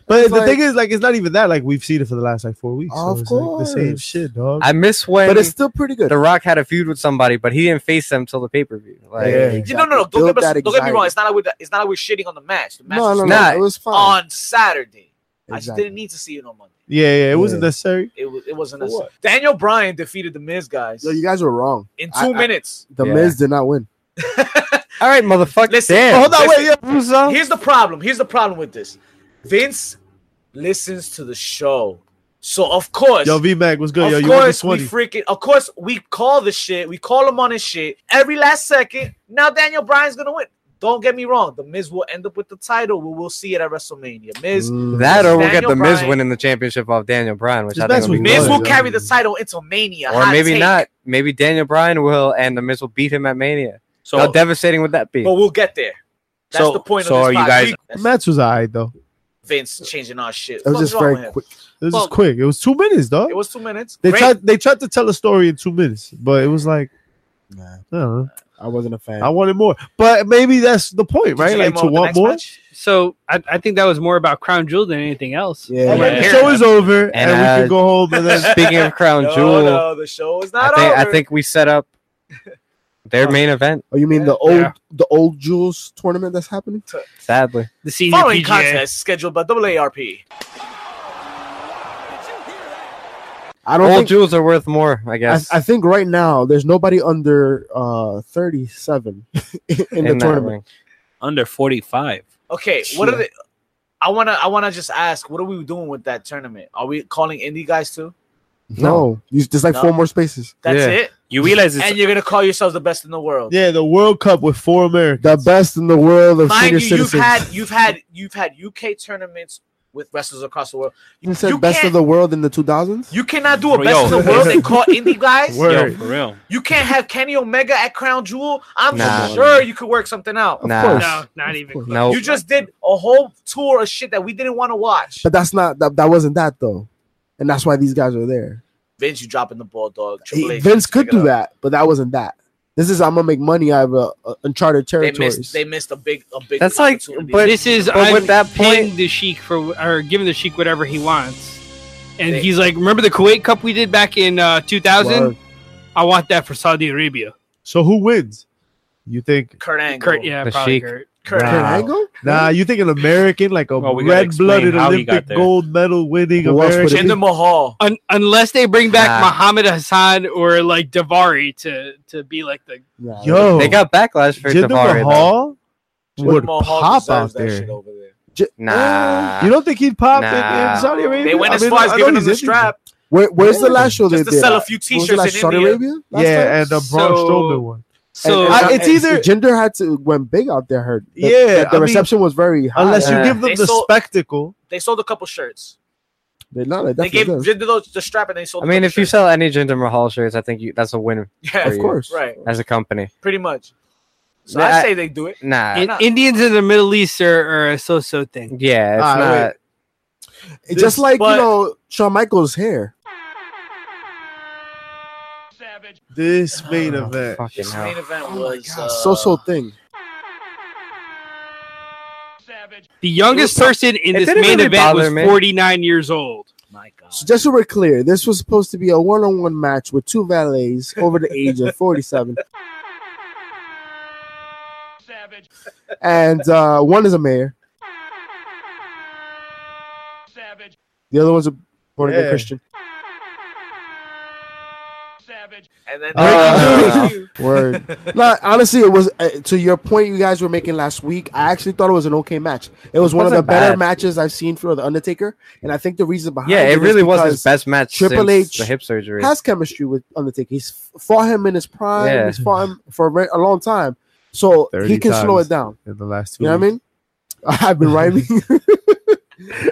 S6: But
S5: It's
S6: the
S5: like-
S6: thing is, like, it's not even that. Like, we've seen it for the last like four weeks.
S5: Of
S6: it's, like, the same
S5: course.
S6: shit, dog.
S2: I miss when
S5: But it's still pretty good.
S2: The Rock had a feud with somebody, but he didn't face them till the pay per view. Like,
S6: Yeah.
S1: Yeah, no, no, no.
S5: Exactly.
S1: Don't get,
S5: Build
S1: us,
S5: that
S1: don't get me wrong.
S5: anxiety.
S1: It's not like we're, it's not like we're shitting on the match. The match
S5: No,
S1: was
S5: no, no.
S2: Nah.
S5: It was fine.
S1: on Saturday. I just
S5: Exactly.
S1: didn't need to see it on Monday.
S6: yeah, yeah, it wasn't
S5: Yeah.
S6: necessary.
S1: It was it wasn't
S6: For
S1: us.
S6: what?
S1: Daniel Bryan defeated the Miz guys
S5: Yo, you guys were wrong.
S1: in two
S5: I- I-
S1: minutes.
S5: The
S2: Yeah.
S5: Miz did not win.
S2: all right, motherfucker.
S1: Listen,
S2: damn.
S1: hold on, wait,
S2: Russo.
S1: Here's the problem. Here's the problem with this. Vince listens to the show, so of course.
S6: Yo, V Mac was good.
S1: of
S6: yo, you want
S1: course,
S6: this
S1: we
S6: twenty?
S1: freaking. Of course, we call the shit. We call him on his shit every last second. Now Daniel Bryan's gonna win. Don't get me wrong. The Miz will end up with the title. We will see it at WrestleMania. Miz
S2: That or we'll get
S1: Daniel
S2: the Miz
S1: Bryan.
S2: winning the championship off Daniel Bryan, which
S6: Just
S2: I think
S6: mess
S2: will be
S6: with
S1: Miz
S6: Right.
S1: will
S2: good.
S1: carry the title into Mania,
S2: Or
S1: Hot
S2: maybe
S1: take.
S2: not. Maybe Daniel Bryan will, and the Miz will beat him at Mania.
S7: So Oh,
S2: How devastating would that be?
S1: But we'll get there. That's
S7: So-
S1: the point.
S7: so
S1: of
S7: are
S1: this
S7: you
S1: podcast.
S7: guys-
S6: The
S1: That's
S6: match was alright though.
S1: Vince changing our shit?
S5: It was
S1: What's
S5: just
S1: wrong with
S5: very
S1: him?
S5: quick.
S6: This
S1: Well-
S6: is quick. It was two minutes, dog.
S1: It was two minutes.
S6: They
S1: Great.
S6: tried. They tried to tell a story in two minutes, but it was like,
S5: Nah,
S6: I don't know.
S5: I wasn't a fan.
S6: I wanted more. But maybe that's the point,
S1: Did you
S6: right?
S1: get
S6: Like
S1: more
S6: to
S1: with the
S6: want
S1: next
S6: more.
S1: match?
S4: So I, I think that was more about Crown Jewel than anything else.
S5: Yeah.
S6: And
S5: Yeah.
S6: then the
S7: Yeah.
S6: show is over, and,
S2: And,
S6: we
S2: uh,
S6: can go home. And then
S2: Speaking of Crown
S1: No,
S2: Jewel,
S1: no, the show is
S2: I
S1: not
S2: think I
S1: over.
S2: think we set up their main event.
S5: oh, you mean the old
S4: Yeah.
S5: the old Jules tournament that's happening?
S2: Sadly,
S4: The senior
S1: following
S4: PGA.
S1: contest scheduled by AARP.
S5: I don't
S2: old
S5: think.
S2: jewels are worth more, I
S5: I,
S2: guess.
S5: I think right now there's nobody under uh 37 in, the
S2: that
S5: tournament.
S2: ring.
S7: under forty five.
S1: Okay, what are
S5: Yeah.
S1: the? I wanna I wanna just ask, what are we doing with that tournament? Are we calling indie guys too?
S5: No, You- there's like
S1: No.
S5: four more spaces.
S1: That's
S2: Yeah.
S1: it.
S7: You realize it's
S1: And you're gonna call yourselves the best in the world.
S6: yeah, the World Cup with four Americans.
S5: The best in the world of
S1: Mind
S5: senior
S1: you,
S5: citizens.
S1: you've had you've had you've had UK tournaments with wrestlers across the world.
S5: You said
S1: you
S5: best
S1: can't-
S5: of the world in the 2000s.
S1: You cannot do a
S7: Bro,
S1: best in
S7: yo.
S1: the world and call indie guys.
S6: Word.
S7: yo, for real.
S1: You can't have Kenny Omega at Crown Jewel. I'm
S2: Nah. Oh.
S1: sure you could work something out.
S5: Of
S2: Nah.
S5: course.
S4: No, not
S5: Of
S4: even
S5: course.
S2: No,
S1: You just did a whole tour of shit that we didn't want to watch.
S5: But that's not that, that wasn't that though. And that's why these guys are there.
S1: Vince, you dropping the ball, dog.
S5: He-
S1: Triple H,
S5: Vince
S1: pick
S5: could
S1: it
S5: do
S1: up.
S5: that, but that wasn't that. This is I'm gonna make money out of uh, uh, uncharted
S1: They
S5: territories.
S1: missed. They missed a big, a big.
S2: That's like-
S1: opportunity.
S2: but-
S4: this is
S2: but
S4: I'm
S2: with that
S4: paying
S2: point-
S4: the sheik for or giving the sheik whatever he wants, and
S1: They-
S4: he's like, "Remember the Kuwait Cup we did back in uh, 2000?
S5: Word.
S4: I want that for Saudi Arabia."
S6: So who wins? You think?
S1: Kurt Angle.
S4: Kurt, yeah,
S2: The
S4: probably
S2: Sheik.
S4: Kurt.
S1: Kurt
S6: Nah.
S5: Kurt
S1: Angle.
S5: Angle?
S6: Nah, you think an American, like a
S7: Well, we gotta
S6: red-blooded
S7: explain how he
S6: Olympic
S7: got there.
S6: gold medal winning
S5: Who else would it
S6: American?
S5: be?
S1: Jinder Mahal.
S4: Un- unless they bring back
S2: Nah.
S4: Muhammad Hassan or like Davari to to be like the
S5: Nah.
S6: Yo,
S2: They got backlash for
S6: Jinder
S2: Davari. though.
S6: Mahal
S1: Jinder
S6: would
S1: Mahal
S6: pop
S1: deserves
S6: out
S1: that
S6: there.
S1: shit over there.
S2: Nah.
S6: You don't think he'd pop in- in,
S2: Nah.
S6: Saudi Arabia?
S1: They went
S6: I
S1: as
S6: mean,
S1: far as
S6: I know
S1: giving
S6: he's
S1: him the
S6: Indian.
S1: strap
S5: Where, where's the last show they
S1: just
S5: did?
S1: to sell a few
S5: What was it, like,
S1: T-shirts in
S5: Saudi
S1: India.
S5: Arabia? Last time?
S6: Yeah, and the Braun
S4: So-
S6: Strowman one.
S4: so
S5: And-
S6: I-
S5: and-
S6: it's
S5: and
S6: either-
S5: gender had to went big out there. Heard The-
S6: Yeah,
S5: the, the
S6: I mean,
S5: reception was very high.
S6: Unless you
S2: Yeah.
S6: give them
S1: They
S6: the
S1: sold-
S6: spectacle.
S1: They sold a couple shirts.
S5: They're not, it
S1: They gave
S5: definitely does.
S1: Jinder those the strap and they sold.
S2: I
S1: a
S2: mean,
S1: couple
S2: if you
S1: shirts.
S2: sell any Jinder Mahal shirts, I think you, that's a win
S1: yeah,
S5: of course,
S1: right,
S2: as a company.
S1: pretty much. So
S2: Nah,
S1: I
S2: I-
S1: say they do it.
S2: Nah.
S4: In- Indians in the Middle East are, are a so-so thing.
S2: yeah, it's
S6: Ah,
S2: not.
S6: wait.
S5: It's just
S1: This-
S5: like
S1: but-
S5: you know Shawn Michaels' hair.
S6: This main
S2: Oh,
S6: event.
S2: fucking
S1: This
S2: hell.
S1: main event
S6: Oh
S1: was uh,
S5: so so thing.
S4: The youngest person in
S2: It
S4: this
S2: didn't
S4: main
S2: really
S4: event was
S2: bother me.
S4: 49 years old.
S1: My God,
S5: So just so we're clear, this was supposed to be a one-on-one match with two valets over the age of 47. And uh, one is a mayor. The other one's a born again
S6: Yeah.
S5: Christian.
S1: and then
S5: Uh,
S1: they-
S5: Word. no, honestly, it was uh, to your point you guys were making last week. I actually thought it was an okay match. It was one of the
S2: wasn't
S5: better
S2: bad.
S5: matches I've seen for the Undertaker, and I think the reason behind
S2: Yeah, it
S5: is
S2: really was
S5: because
S2: his best match
S5: Triple
S2: Triple
S5: H
S2: H, the hip surgery.
S5: has chemistry with Undertaker. He's f- fought him in his prime.
S2: Yeah.
S5: He's fought him for a re- a long time, so
S6: 30
S5: he can slow
S6: times
S5: it down.
S6: in the last two.
S5: You know what I mean? I've been rhyming.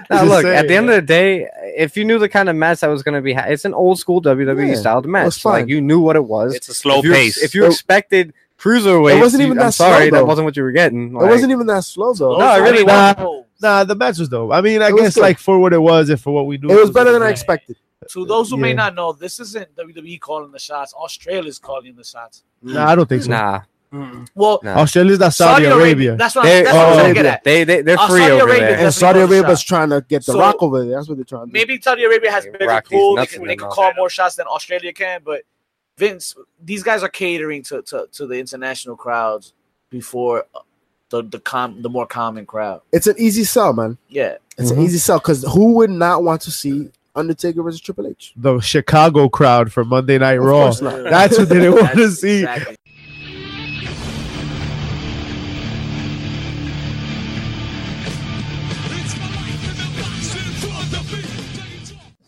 S2: Now,
S6: Just
S2: look,
S6: saying,
S2: at the end
S6: yeah.
S2: of the day, if you knew the kind of match that was going to be, ha- it's an old school WWE
S5: Yeah,
S2: styled match.
S5: fine.
S2: Like you knew what it was.
S7: It's a slow
S2: if you,
S7: pace.
S2: If you
S5: It-
S2: expected cruiserweight,
S5: It wasn't
S2: you-
S5: even
S2: I'm
S5: that slow,
S2: sorry,
S5: though.
S2: that wasn't what you were getting.
S5: it
S2: Like,
S5: wasn't even that slow though.
S2: No, it really
S1: They
S2: nah.
S1: won.
S6: Nah, the match was dope. I mean, I
S5: It was
S6: guess
S5: good.
S6: like for what it was and for what we knew,
S5: it was better than I
S6: okay.
S5: expected.
S1: To those who may
S6: Yeah.
S1: not know, this isn't WWE calling the shots. Australia's calling the shots.
S6: Nah, I don't think so.
S2: Nah,
S1: Well,
S2: Nah.
S6: Australia's not Saudi,
S1: Saudi, Arabia.
S6: Arabia.
S1: That's what, I'm,
S2: they,
S1: that's what I'm trying to
S2: oh,
S1: get at.
S2: they, they they're
S1: Uh,
S2: free
S1: Saudi
S2: over
S1: Arabia
S2: there.
S5: And
S1: definitely
S5: Saudi
S1: called the
S5: Arabia's
S1: shot.
S5: trying to get the
S1: So-
S5: rock over there. That's what they're trying to do.
S1: Maybe Saudi Arabia has
S2: They
S1: bigger
S2: rock these
S1: pool. They
S2: nuts
S1: can,
S2: in
S1: they
S2: their
S1: can
S2: mouth.
S1: call more shots than Australia can. But Vince, these guys are catering to, to, to the international crowds before uh, the the com the more common crowd.
S5: It's an easy sell, man.
S1: Yeah,
S5: It's
S2: Mhm.
S6: Mm-hmm.
S5: an easy sell because who would not want to see Undertaker versus Triple H?
S6: The Chicago crowd for Monday Night
S5: Of
S6: Raw.
S5: course not.
S6: That's what they didn't want to
S1: That's
S6: see.
S1: exactly-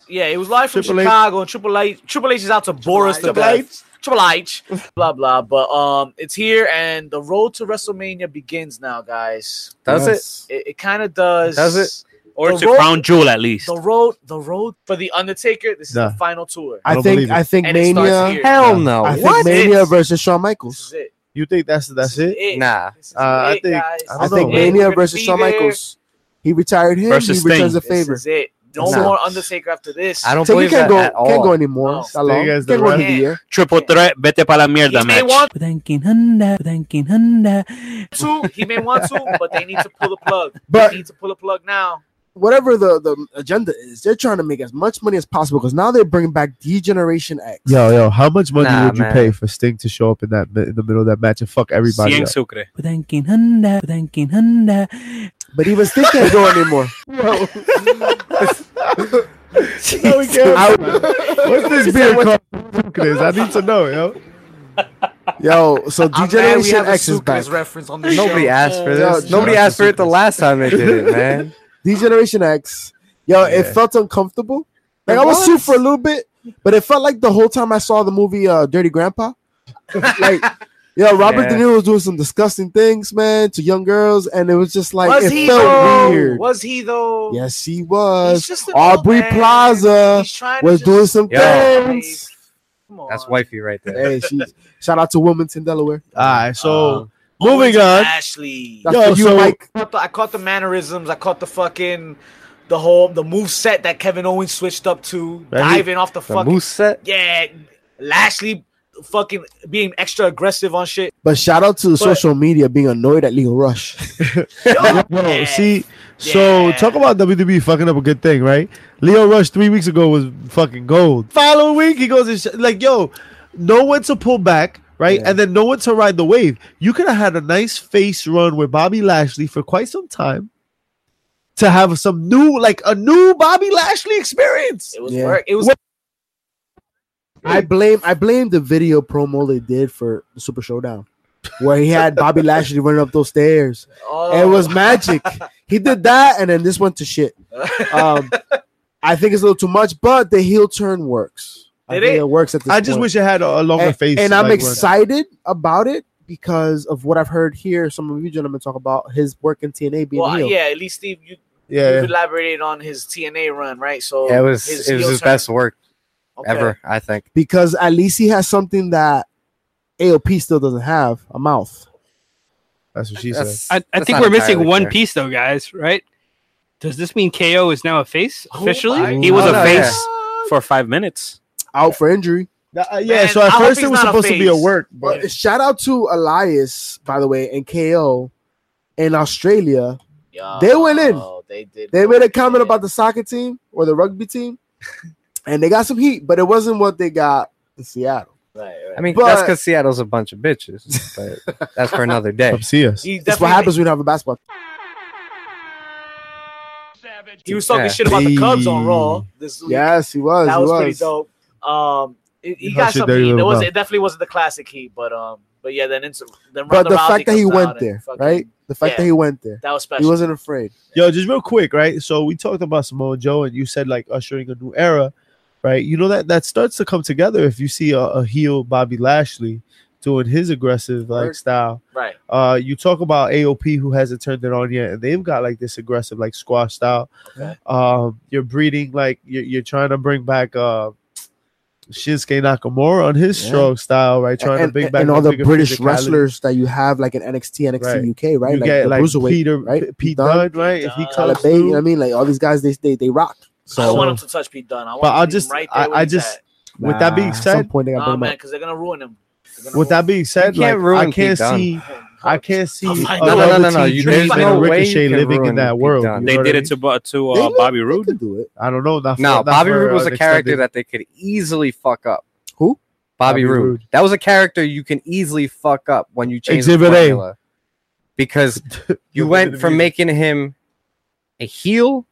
S1: Yeah, it was live from
S6: Triple H.
S1: Chicago, and Triple H Triple H is out to bore us to
S6: Triple
S1: death. Triple H, blah blah. But um, it's here, and the road to WrestLMania begins now, guys.
S2: Does it?
S5: Yes.
S1: It, it kind of does.
S2: Does it?
S7: Or
S1: The
S7: to
S1: road-
S7: crown jewel at least.
S1: The road, the road for the Undertaker. This is
S6: Nah.
S1: the final tour.
S6: I
S5: I,
S6: don't
S5: think
S6: believe it.
S5: I think
S1: And it starts
S5: Mania.
S1: here.
S2: Hell no.
S5: I think
S2: What?
S5: Mania
S1: It's-
S5: versus Shawn
S1: This
S5: Michaels.
S1: is it.
S6: You think that's
S1: This
S6: that's
S1: is
S6: it?
S2: Nah.
S1: This is
S6: Uh, I
S1: it,
S6: think-
S1: guys.
S6: I
S5: I,
S6: don't
S5: think
S6: know.
S5: Mania
S1: We're gonna
S5: versus
S1: be
S5: Shawn
S1: there.
S5: Michaels. He retired him.
S7: Versus
S5: he returns
S7: Sting.
S5: the
S1: This
S5: favor.
S1: is it. No
S5: Nah.
S1: more Undertaker after this.
S2: I don't
S5: So we
S2: believe
S5: can't
S2: that
S5: go.
S2: at all.
S5: Can't go anymore.
S1: No.
S5: That long.
S6: Sting as the
S5: Can't go
S6: ref.
S5: another year.
S7: Triple threat, vete pa la mierda
S1: He may
S7: match.
S1: want to. He may want to, but they need to pull the plug.
S5: But-
S1: they need to pull the plug now.
S5: Whatever the, the agenda is, they're trying to make as much money as possible because now they're bringing back D Generation X.
S6: Yo, yo, how much money
S2: Nah,
S6: would you
S2: man.
S6: pay for Sting to show up in that in the middle of that match and fuck everybody
S7: Cien
S6: up?
S7: sucre.
S5: But even Sting can't go anymore.
S6: No, we can't. What's this beer called? Sucres? I need to know, yo.
S5: Yo, so D
S1: I'm glad we
S5: Generation
S1: have a
S5: X is back.
S1: Sucres reference on the show.
S2: Nobody asked for
S5: Yeah,
S2: this.
S5: it's
S2: Nobody
S6: not
S2: asked for it the
S6: super-
S2: last time they did it, man.
S5: D Generation X. Yo, it
S6: Yeah.
S5: felt uncomfortable. Like I was
S2: was.
S5: too for a little bit, but it felt like the whole time I saw the movie uh, Dirty Grandpa. like, yo, Robert De
S2: Yeah.
S5: Niro was doing some disgusting things, man, to young girls, and it was just like
S1: was
S5: it
S1: he
S5: felt
S1: though?
S5: weird.
S1: Was he though?
S5: Yes, he
S1: He's
S5: was.
S1: just an old
S5: Aubrey
S1: man.
S5: Plaza
S1: He's trying to
S5: was
S1: just-
S5: doing some
S2: Yo.
S5: things.
S1: Come on.
S2: That's wifey right there.
S5: Hey, she, shout out to Wilmington, Delaware.
S6: All right, so
S2: Um,
S6: moving
S1: Owens and
S6: on.
S1: Ashley.
S5: That's
S6: Yo,
S5: for you,
S6: so-
S5: Mike.
S1: I caught, the, I caught the mannerisms. I caught the fucking the whole the move set that Kevin Owens switched up to
S6: Right.
S1: diving off the
S2: the
S1: fucking
S2: moose set.
S1: yeah. Lashley fucking being extra aggressive on shit.
S5: But shout out to social media being annoyed at Leo Rush.
S1: Yo,
S6: Yo,
S1: yeah.
S6: see, so
S1: Yeah.
S6: talk about WWE fucking up a good thing, right? Leo Rush three weeks ago was fucking gold. Following week, he goes and sh- like, yo, know when to pull back, right?
S5: Yeah.
S6: And then know when to ride the wave. You could have had a nice face run with Bobby Lashley for quite some time to have some new, like a new Bobby Lashley experience.
S1: It was
S5: Yeah.
S1: work. It was
S5: I blame I blame the video promo they did for the Super Showdown, where he had Bobby Lashley running up those stairs.
S1: oh.
S5: It was magic. he did that, and then this went to shit. Um, I think it's a little too much, but the heel turn works. I
S1: Did
S5: think
S1: it?
S5: it works at this
S6: I just
S5: point.
S6: wish it had a, a longer
S5: and,
S6: face.
S5: and I'm
S6: like, run.
S5: excited about it because of what I've heard here. Some of you gentlemen talk about his work in TNA being
S1: well,
S5: heel.
S1: yeah. At least Steve, you,
S6: Yeah,
S1: you
S6: yeah.
S1: elaborated on his TNA run, right? So
S2: Yeah, it was it was
S1: Oh, heel
S2: his
S1: turn-
S2: best work
S1: okay.
S2: ever. I think.
S5: Because at least he has something that AOP still doesn't have a mouth.
S6: That's what she said.
S2: That's-
S4: I, I
S2: that's
S4: think
S2: not
S4: we're missing
S2: entirely
S4: one
S2: fair.
S4: piece though, guys. Right? Does this mean KO is now a face
S1: Oh
S4: officially?
S1: my
S4: he was
S2: Oh,
S4: a
S2: no,
S4: face.
S7: for five minutes.
S5: Out for injury.
S6: Uh, yeah,
S1: Man,
S6: so at
S1: I hope
S6: first it
S1: he's
S6: was
S1: not a
S6: supposed to be a
S1: face.
S6: work, but
S5: But shout out to Elias, by the way, and KO in Australia.
S1: Yo,
S5: They went in.
S1: They did.
S5: They
S1: go
S5: made a
S1: in.
S5: comment about the soccer team or the rugby team, and they got some heat, but it wasn't what they got in Seattle.
S1: Right, right.
S2: I mean,
S5: But-
S2: that's because Seattle's a bunch of bitches. But that's for another day.
S6: come see us.
S1: He
S5: That's what
S1: definitely-
S5: happens when you don't have a basketball.
S1: He was talking
S2: Yeah.
S1: shit about the Cubs on
S6: Hey.
S1: Raw this week.
S5: Yes, he was.
S1: that
S5: he
S1: was,
S5: was,
S1: pretty dope. Um, it, he
S6: Hush
S1: got
S6: your
S1: some
S6: dirty
S1: heat. It
S6: little
S1: was
S6: mouth.
S1: it definitely wasn't the classic heat, but um, but yeah, then it's then
S5: But
S1: Ronda
S5: the
S1: Rousey
S5: fact that he
S1: comes
S5: went
S1: out
S5: there,
S1: and fucking-
S5: right? The fact
S1: yeah.
S5: that he went there,
S1: That was
S5: he
S1: special.
S5: wasn't afraid.
S6: Yo, just real quick, right? So we talked about Samoa Joe, and you said like ushering a new era, right? You know that that starts to come together if you see a, a heel Bobby Lashley doing his aggressive like
S5: Right.
S6: style.
S1: right.
S6: Uh, you talk about AOP who hasn't turned it on yet, and they've got like this aggressive like squash style.
S1: Okay.
S6: Um, you're breeding like you're, you're trying to bring back uh Shinsuke Nakamura on his
S5: Yeah.
S6: strong style, right? Trying to
S5: And,
S6: bring
S5: and-
S6: back
S5: and all the
S6: bigger
S5: British
S6: physicality.
S5: wrestlers that you have, like in NXT,
S6: Right.
S5: NXT UK, right?
S6: You
S5: like
S6: get
S5: the
S6: like
S5: Bruiserweight,
S6: Peter,
S5: right?
S6: P-
S5: Pete
S6: Pete
S5: Dunne,
S6: Dunn, right? If he comes
S1: Dunn.
S5: Tyler Bate, you know
S6: through.
S5: what I mean, like all these guys, they they they rock.
S1: I
S5: So
S1: want him to touch Pete Dunn. I want
S6: But
S1: to
S6: I'll
S1: see
S6: just-
S1: him right
S6: I-
S1: there where
S6: I
S1: he's
S6: just-
S1: at.
S6: With that being
S5: at
S6: said-
S5: some point they got
S1: Nah,
S5: to bring
S1: man,
S5: him up.
S1: because they're gonna ruin him. They're gonna
S6: With that being said,
S2: You can't
S6: like,
S2: ruin
S6: I can't
S2: Pete Dunn.
S6: see,
S1: ruin him.
S6: I can't see
S1: Oh
S6: another
S1: my God.
S2: No, no, no, no,
S6: team
S2: you-
S1: there's
S6: Drake
S1: no
S6: and
S2: way you
S6: Ricochet
S2: can
S6: living
S2: ruin
S6: in that
S2: Pete
S6: world.
S2: Dunn.
S6: you
S7: They
S6: know what
S7: did
S6: I
S7: it
S6: mean?
S7: to bu- to
S5: They
S7: uh,
S5: could-
S7: Bobby
S5: they
S7: Roode.
S5: could do it.
S6: I don't know. Not for,
S2: No,
S6: not
S2: Bobby
S6: for
S2: Roode was
S6: an
S2: a character
S6: uh, extended-
S2: that they could easily fuck up.
S5: Who?
S2: Bobby,
S6: Bobby
S2: Roode.
S6: Roode.
S2: That was a character you can easily fuck up when you change
S6: Exhibit A.
S2: the formula. Because you
S6: The
S2: went from
S6: WWE.
S2: making him a heel,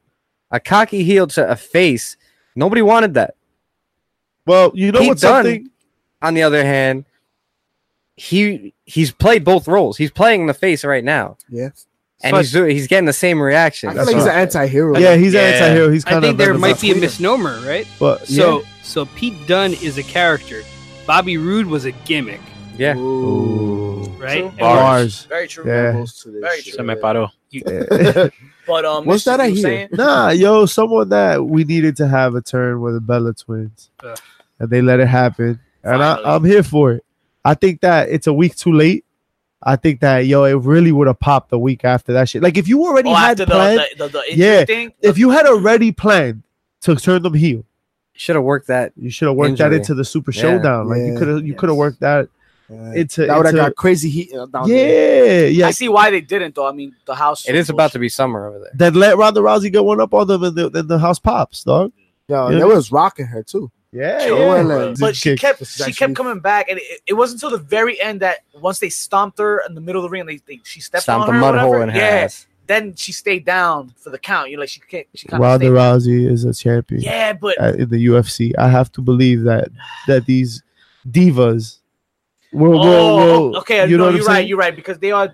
S2: a cocky heel to a face. Nobody wanted that.
S6: Well, you know
S2: Pete
S6: what's
S2: Dunne.
S6: something?
S2: On the other hand, he he's played both roles. He's playing the face right now.
S5: Yeah.
S2: And
S4: So I-
S2: he's doing, he's getting the same reaction.
S5: I feel
S6: That's
S5: like he's
S6: what
S5: an
S6: I-
S5: anti-hero.
S6: Yeah, he's an
S7: Yeah.
S6: anti-hero. He's kind
S4: I think
S6: of
S4: there might be a
S6: villainous.
S4: misnomer, right?
S6: But
S4: So so Pete Dunn is a character. Bobby Roode was a gimmick,
S2: yeah.
S5: Ooh.
S4: right?
S1: True.
S4: And
S6: bars.
S1: Very true.
S6: Yeah.
S5: Close to this
S1: Very
S5: shit.
S1: true.
S7: Se me paró.
S1: But um,
S5: What's
S1: this-
S5: that I
S1: you were
S5: hear?
S1: saying?
S6: nah, yo, someone that we needed to have a turn with the Bella Twins,
S4: Ugh.
S6: and they let it happen, and I,
S1: Finally.
S6: I'm here for it. I think that it's a week too late. I think that yo, it really would have popped a week after that shit. Like if you already
S1: Oh,
S6: had
S1: after
S6: planned,
S1: the, the, the, the injury
S6: Yeah.
S1: thing.
S6: if you had already planned to turn them heel,
S2: Should have worked that.
S6: You should have worked that
S2: Injury.
S6: into the Super
S2: Yeah.
S6: Showdown. Like you
S5: Yeah.
S6: could have, you
S1: Yes.
S6: could have worked that into.
S5: that would have
S6: into-
S5: got crazy heat uh, down there.
S6: yeah, yeah.
S1: I see why they didn't though. I mean, the house.
S2: It is about to be summer over there.
S6: Then let Ronda Rousey get one up on them, and the, then the house pops, dog.
S5: Yo,
S6: Yeah.
S5: they was rocking her too.
S6: Yeah,
S1: Sure.
S6: yeah.
S5: Well,
S1: But she
S6: Kick.
S1: kept
S5: This is
S1: she
S5: actually-
S1: kept coming back, and it, it wasn't until the very end that once they stomped her in the middle of the ring, they, they she stepped
S2: Stomp
S1: on
S2: a
S1: her. or
S2: mud hole
S1: whatever.
S2: in her
S1: yeah.
S2: ass.
S1: Then she stayed down for the count. You know, like she can't. She kind of
S6: Ronda
S1: stayed.
S6: Rousey is a champion
S1: Yeah, but
S6: at- in the UFC. I have to believe that that these divas. Will, will,
S1: oh,
S6: will-
S1: okay.
S6: you know
S1: no,
S6: what I'm
S1: you're
S6: saying?
S1: right. You're right because they are.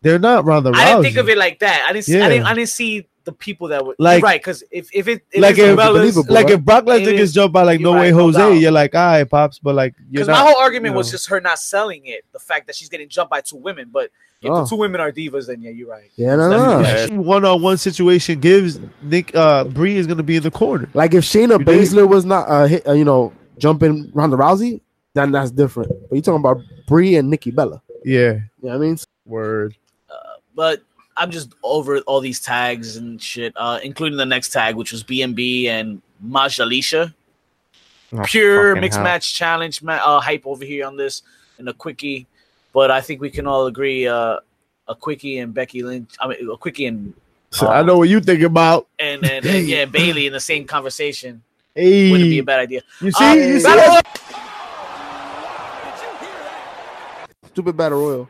S6: They're not Ronda Rousey.
S1: I didn't think of it like that. I didn't. See,
S6: Yeah.
S1: I didn't. I didn't see the people that were
S6: Like-
S1: like right because if if it if
S6: like
S1: it's
S6: if,
S1: Cabela's-
S5: believable.
S6: like if Brock
S1: It
S6: Lesnar gets
S1: is-
S6: jumped by like
S1: you're
S6: No Way
S1: right, no
S6: Jose,
S1: doubt.
S6: you're like, all right, pops, but like you're
S1: Because my
S6: not.
S1: whole argument
S6: you
S1: was
S6: know.
S1: just her not selling it, the fact that she's getting jumped by two women. But if
S5: Oh.
S1: the two women are divas, then yeah, you're right.
S5: Yeah, no, no. no.
S7: Yeah.
S6: one on one situation gives Nick uh Bree is gonna be in the corner.
S5: Like if
S6: You
S5: Shayna
S6: dig?
S5: Baszler was not, uh, hit, uh, you know, jumping Ronda Rousey, then that's different. But you talking about Brie and Nikki Bella?
S6: Yeah.
S5: You know what I mean?
S6: Word.
S1: But I'm just over all these tags and shit, uh, including the next tag, which was BMB and Majalisha.
S2: Oh,
S1: pure
S2: fucking
S1: mixed
S2: hell.
S1: match challenge ma- uh, hype over here on this and a quickie. But I think we can all agree uh, a quickie and Becky Lynch. I mean, a quickie and
S6: So
S1: Oh.
S6: I know what you think about.
S1: and, and, and yeah, Bailey in the same conversation
S6: Hey,
S1: wouldn't be a bad idea.
S6: you see,
S1: Uh,
S6: you see,
S1: Battle
S5: Stupid battle royal.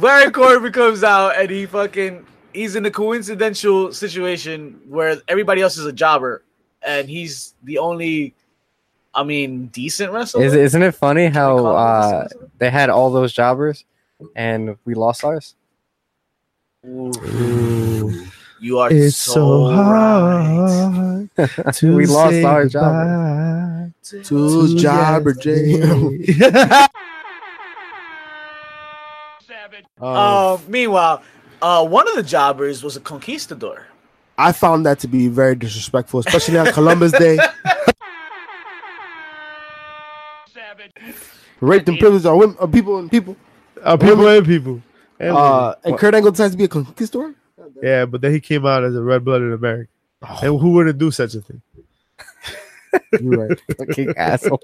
S1: Larry Corbin comes out and he fucking he's in a coincidental situation where everybody else is a jobber and he's the only, I mean, decent wrestler.
S2: Is, isn't it funny
S1: Can we
S2: how
S1: call him a decent
S2: uh,
S1: wrestler?
S2: they had all those jobbers and we lost ours?
S1: You are
S6: it's
S1: so,
S6: so
S1: right.
S6: hard to
S2: We lost
S6: say
S2: our
S6: goodbye
S5: To
S6: to
S5: Jobber J.
S6: yesterday.
S5: Uh, Um,
S1: Uh, meanwhile, uh, one of the jobbers was a conquistador.
S5: I found that to be very disrespectful, especially on Columbus Day. Raped and privileged are women, are people and people.
S6: Uh, people and people. And-
S5: Uh, and Kurt Angle decides to be a conquistador.
S6: yeah, but then he came out as a red blooded American.
S1: Oh.
S6: And who wouldn't do such a thing?
S5: You're right.
S2: Fucking asshole.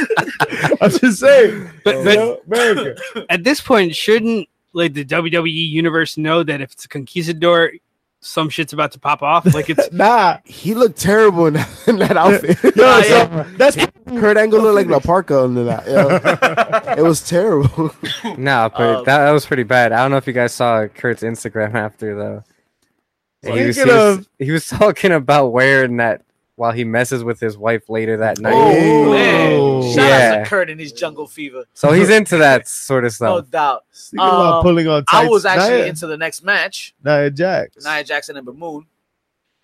S6: I'm just saying.
S4: But,
S6: you
S4: but
S6: know, America.
S4: at this point, shouldn't like the WWE universe know that if it's a conquistador, some shit's about to pop off? Like it's
S6: Nah.
S5: He looked terrible in, in that outfit.
S6: Yo,
S1: Nah,
S6: so
S1: yeah.
S6: that's
S5: Kurt Angle looked like La Parka under that. yeah. it was terrible.
S2: no, but
S1: Uh,
S2: that, that was pretty bad. I don't know if you guys saw Kurt's Instagram after though. He was, he,
S6: Speaking
S2: was,
S6: of-
S2: he was talking about wearing that while he messes with his wife later that night.
S1: Oh
S6: Hey.
S1: man! Shout out
S2: Yeah.
S1: to Kurt and his jungle fever,
S2: So he's into that sort of
S1: no
S2: stuff.
S1: doubt.
S6: Speaking about
S1: Um,
S6: pulling on tights.
S1: I was actually
S6: Nia,
S1: into the next match,
S6: Nia Jax.
S1: Nia Jackson and Moon.